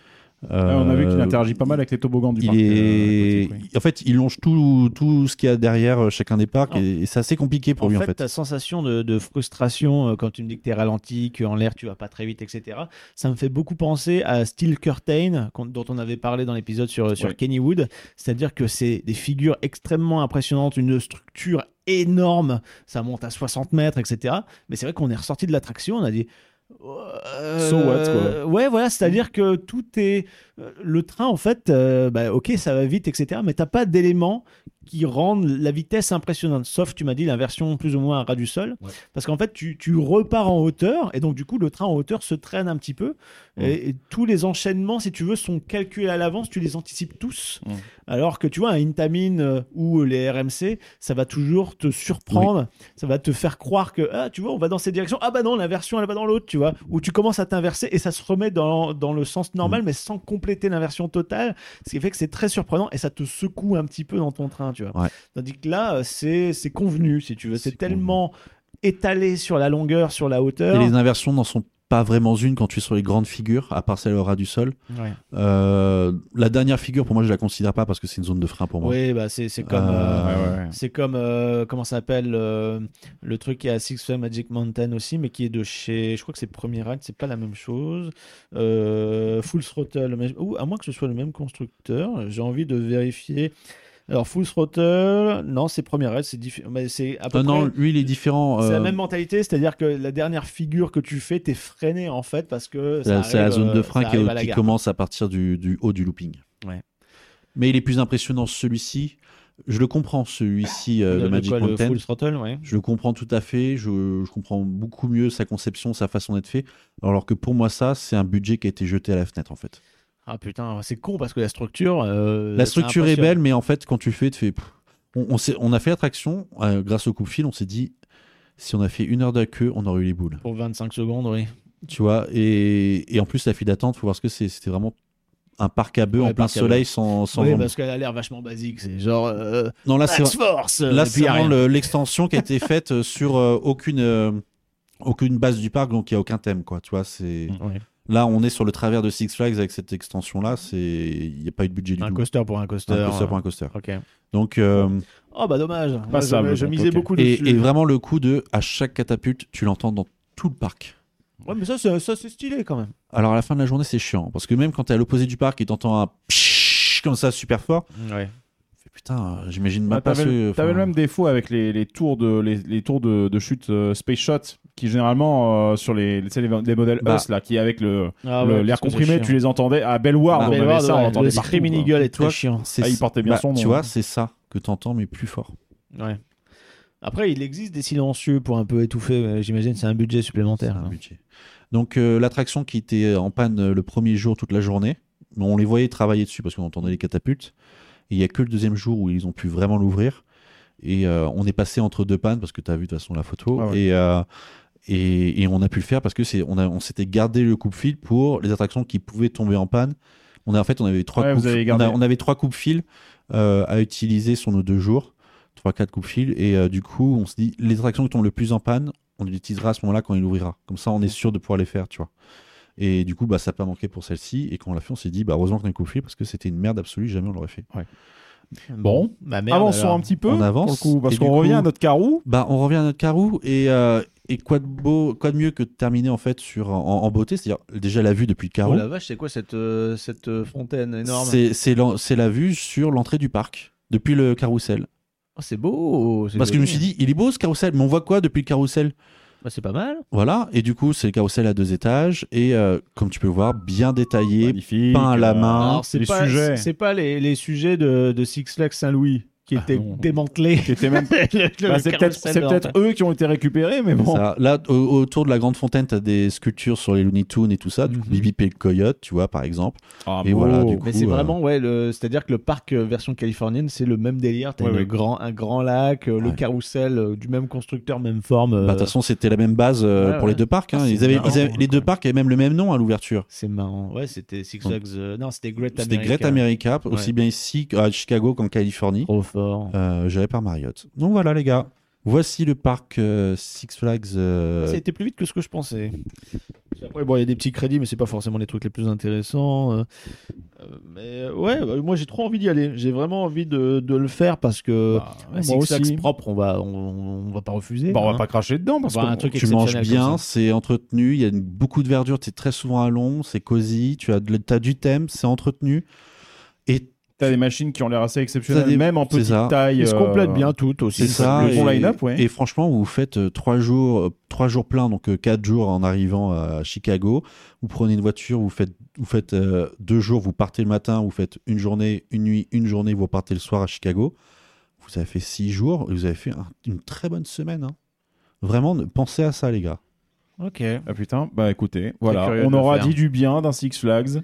Ouais, Ah, on a vu qu'il Euh, interagit pas mal avec les toboggans du il parc. euh, est... aquatique, oui. En fait, il longe tout, tout ce qu'il y a derrière euh, chacun des parcs et, et c'est assez compliqué pour en lui fait, en fait. ta sensation de, de frustration euh, quand tu me dis que t'es ralenti, qu'en l'air tu vas pas très vite, etc. Ça me fait beaucoup penser à Steel Curtain, qu'on- dont on avait parlé dans l'épisode sur, sur Ouais. Kennywood. C'est-à-dire que c'est des figures extrêmement impressionnantes, une structure énorme, ça monte à 60 mètres, etc. Mais c'est vrai qu'on est ressorti de l'attraction, on a dit. euh, So what, Ouais, voilà, c'est-à-dire que tout est. euh, Le train, en fait, euh, bah, ok, ça va vite, etc. Mais t'as pas d'éléments qui rendent la vitesse impressionnante. Sauf, tu m'as dit, la version plus ou moins à ras du sol. Parce qu'en fait, tu, tu repars en hauteur, et donc du coup, le train en hauteur se traîne un petit peu. Et, et tous les enchaînements, si tu veux, sont calculés à l'avance, tu les anticipes tous. Mm. Alors que tu vois, un Intamin euh, ou les RMC, ça va toujours te surprendre, ça va te faire croire que, ah, tu vois, on va dans cette direction, ah bah non, la version, elle va dans l'autre, tu vois. Ou tu commences à t'inverser et ça se remet dans, dans le sens Mm. normal, mais sans compléter l'inversion totale, ce qui fait que c'est très surprenant et ça te secoue un petit peu dans ton train, tu vois. Ouais. Tandis que là, euh, c'est c'est convenu, si tu veux. C'est C'est tellement étalé sur la longueur, sur la hauteur. Et les inversions n'en sont pas vraiment une quand tu es sur les grandes figures, à part celle au ras du sol. Ouais. Euh, la dernière figure, pour moi, je la considère pas parce que c'est une zone de frein pour moi. Oui, bah c'est c'est comme. Euh, euh, Ouais, ouais, ouais. C'est comme, euh, comment ça s'appelle, euh, le truc qui est à Six Flags Magic Mountain aussi, mais qui est de chez, je crois que c'est Premier Ride, c'est pas la même chose. Euh, Full Throttle, mais- ou à moins que ce soit le même constructeur, j'ai envie de vérifier. Alors Full Throttle, non, c'est Premier Ride, c'est diffi- mais c'est à peu Ah non, près- lui, il est différent. C'est euh, la même mentalité, c'est-à-dire que la dernière figure que tu fais, t'es freiné en fait parce que c'est la- ça c'est la arrive, zone de euh, frein ça qui, est- arrive à la qui gare. commence à partir du, du haut du looping. Ouais. Mais il est plus impressionnant celui-ci. Je le comprends, celui-ci, euh, Le- le le Magic quoi, le Mountain. Full Throttle, ouais. Je le comprends tout à fait, je, je comprends beaucoup mieux sa conception, sa façon d'être fait, alors que pour moi ça, c'est un budget qui a été jeté à la fenêtre en fait. Ah putain, c'est con parce que la structure. euh, La ça structure est impressionne. belle, mais en fait quand tu fais, tu fais... pff. On, on, s'est- on a fait l'attraction, euh, grâce au coupe-fil, on s'est dit, si on a fait une heure de queue, on aurait eu les boules. Pour 25 secondes, oui. Tu vois, et, et en plus la file d'attente, faut voir ce que c'est, c'était vraiment un parc à bœufs Ouais, en plein parc à soleil sans. sans Oui, vent. parce qu'elle a l'air vachement basique. C'est genre euh, Non, là, Ah, c'est Max Force. là, et puis, c'est y a vraiment rien. le- l'extension qui a été faite euh, sur euh, aucune, euh, aucune base du parc, donc il n'y a aucun thème, quoi. Tu vois, c'est. Ouais. Là, on est sur le travers de Six Flags avec cette extension-là. C'est, il n'y a pas eu de budget du Un tout. coaster pour un coaster. euh, Un coaster pour un coaster. Ok. Donc, euh, Oh bah dommage. Moi, Passable, je, je donc, misais ok. beaucoup dessus. et, et vraiment le coup de à chaque catapulte, tu l'entends dans tout le parc. Ouais, mais ça, c'est- ça c'est stylé quand même. Alors à la fin de la journée, c'est chiant parce que même quand t'es à l'opposé du parc et t'entends un pshhh comme ça super fort, Ouais. tu fais, putain, euh, j'imagine Bah, même pas T'avais ce. t'avais le enfin, même défaut avec les, les tours de les, les tours de, de chute euh, Space Shot qui généralement euh, sur les, les, tu sais, les, les modèles Bah. US là qui avec le Ah le- ouais, l'air parce que c'est comprimé chiant. tu les entendais à Bellward, Bah, on avait Bellward, ça on ouais, entendait le partout, hein. screaming quoi. eagle est Toi, très chiant. c'est- Ah, il portait bien bah, son nom. Tu vois, c'est ça que t'entends mais plus fort. Ouais. Après, il existe des silencieux pour un peu étouffer. mais J'imagine c'est un budget C'est supplémentaire. un hein. budget. Donc euh, l'attraction qui était en panne euh, le premier jour toute la journée, mais on les voyait travailler dessus parce qu'on entendait les catapultes. Et il n'y a que le deuxième jour où ils ont pu vraiment l'ouvrir. Et euh, on est passé entre deux pannes parce que tu as vu de toute façon la photo. Ah ouais. et, euh, et, et on a pu le faire parce que c'est on, a- on s'était gardé le coupe-fil pour les attractions qui pouvaient tomber en panne. On a, en fait, on avait trois Ouais, vous coupes- avez on, gardé. a- on avait trois coupes-fil euh, à utiliser sur nos deux jours, trois quatre coupes-fil. Et euh, du coup, on se dit les attractions qui tombent le plus en panne, on l'utilisera à ce moment-là quand il ouvrira. Comme ça, on est sûr de pouvoir les faire, tu vois. Et du coup, bah, ça n'a pas manqué pour celle-ci. Et quand on l'a fait, on s'est dit, bah, heureusement qu'on a coupé parce que c'était une merde absolue, jamais on l'aurait fait. Bon, bah merde. Avançons alors. un petit peu On avance. pour le coup, parce Et du qu'on revient coup- à notre carreau. Bah, on revient à notre carreau et, euh, et quoi, de beau, quoi de mieux que de terminer en fait sur, en, en beauté, c'est-à-dire déjà la vue depuis le Oh carreau. la vache, c'est quoi cette, euh, cette euh, fontaine énorme c'est c'est l'en- c'est la vue sur l'entrée du parc, depuis le carrousel. Oh, C'est beau. c'est Parce que je me joli. suis dit, il est beau ce carrousel, mais on voit quoi depuis le carrousel Bah, c'est pas mal. Voilà, et du coup, c'est le carrousel à deux étages et euh, comme tu peux le voir, bien détaillé, Magnifique. peint à la euh, main. Alors, c'est les pas, sujets. c'est- C'est pas les, les sujets de, de Six Flags Saint-Louis qui étaient Ah non. démantelés. qui était même- Le- le Bah, c'est peut-être carrousel c'est de peut-être eux qui ont été récupérés, mais bon. Ça, là, au- autour de la Grande Fontaine, tu as des sculptures sur les Looney Tunes et tout ça, du coup, Mhm. Bibi et le Coyote, tu vois, par exemple. Ah, Et bon. voilà, du coup. Mais c'est euh, vraiment, ouais, le- c'est-à-dire que le parc euh, version californienne, c'est le même délire. T'as Ouais, une ouais. Grand, un grand lac, euh, le Ouais. carrousel euh, du même constructeur, même forme. euh, bah, De toute façon, c'était la même base euh, ouais, pour ouais. les deux parcs. hein. Ah, Ils c'est avaient, marrant, ils avaient- ouais, les deux quand parcs avaient même le même nom à l'ouverture. c'est marrant. Ouais, c'était Six Donc, Flags. euh, non, c'était Great America. C'était Great America, aussi Ouais. bien ici à Chicago qu'en Californie, Trop fort. euh, géré par Marriott. Donc voilà, les gars. Voici le parc euh, Six Flags. euh, Ça a été plus vite que ce que je pensais. Puis Après, bon, il y a des petits crédits, mais c'est pas forcément les trucs les plus intéressants. euh. Euh, mais ouais, bah, moi j'ai trop envie d'y aller. J'ai vraiment envie de, de le faire parce que euh, Bah, un moi Six Flags aussi. propre, on va, on, on va pas refuser. Bah, on hein. va pas cracher dedans parce Bah, que un truc tu manges exceptionnel bien, comme c'est entretenu, il y a une- beaucoup de verdure, tu es très souvent à l'ombre, c'est cosy, tu as, de- t'as du thème, c'est entretenu. Et t'as des machines qui ont l'air assez exceptionnelles, T'as des- même en c'est petite ça. taille. Ils se euh, complètent bien toutes aussi. C'est ça. le bon et- line-up, ouais. Et franchement, vous faites euh, trois jours, euh, trois jours pleins, donc euh, quatre jours en arrivant à Chicago. Vous prenez une voiture, vous faites, vous faites euh, deux jours, vous partez le matin, vous faites une journée, une nuit, une journée, vous repartez le soir à Chicago. Vous avez fait six jours et vous avez fait un- une très bonne semaine. hein. Vraiment, ne- pensez à ça, les gars. Ok. Ah putain, bah écoutez, voilà, curieux de on le aura faire. dit du bien d'un Six Flags.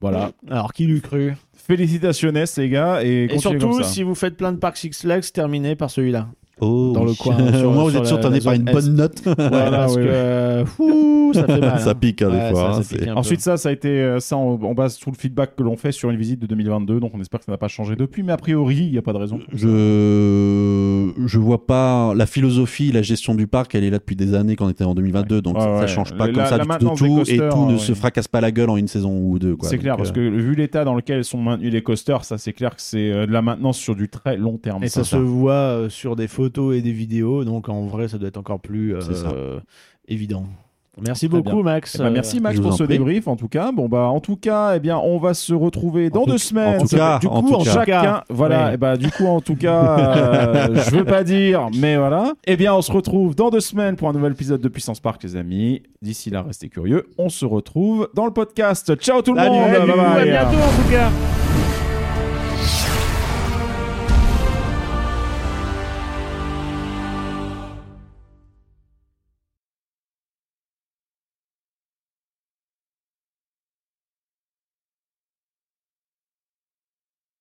Voilà. Alors, qui l'eût cru Félicitations, les gars, et, Et continuez surtout, comme ça. si vous faites plein de parcs Six Flags, terminez par celui-là. Oh, Dans oui. le coin, sur- Au moins, vous sur êtes la- sûr que t'en la es pas zone une Est. bonne note. Ouais, parce oui, oui. que fouh, ça fait mal. ça hein. pique, hein, des Ouais, fois. ça, hein, ça c'est- pique un peu. Ensuite, ça, ça a été, euh, ça, on, on base tout le feedback que l'on fait sur une visite de 2022, donc on espère que ça n'a pas changé depuis, mais a priori, il n'y a pas de raison. Je je vois pas la philosophie, la gestion du parc, elle est là depuis des années quand on était en 2022, donc Ouais, ça, ouais. ça change pas La- comme ça la du tout au maintenance des tout et coasters, tout ne ouais. se fracasse pas la gueule en une saison ou deux. quoi. C'est Donc, clair, euh, parce que vu l'état dans lequel sont maintenus les coasters, ça c'est clair que c'est euh, de la maintenance sur du très long terme. Et ça ça. se voit euh, sur des photos et des vidéos, donc en vrai, ça doit être encore plus euh, C'est ça. évident. Merci Très beaucoup, Max. Eh ben, merci Max je vous pour en ce prie. débrief en tout cas. Bon bah en tout cas, eh bien on va se retrouver dans tout- deux semaines. en tout cas, du coup en tout cas. chacun, voilà. Oui. Et bah du coup en tout cas, euh, je veux pas dire, mais voilà. Eh bien on se retrouve dans deux semaines pour un nouvel épisode de Puissance Park, les amis. D'ici là, restez curieux. On se retrouve dans le podcast. Ciao tout le Salut, monde. salut, Bye bye. à bientôt en tout cas.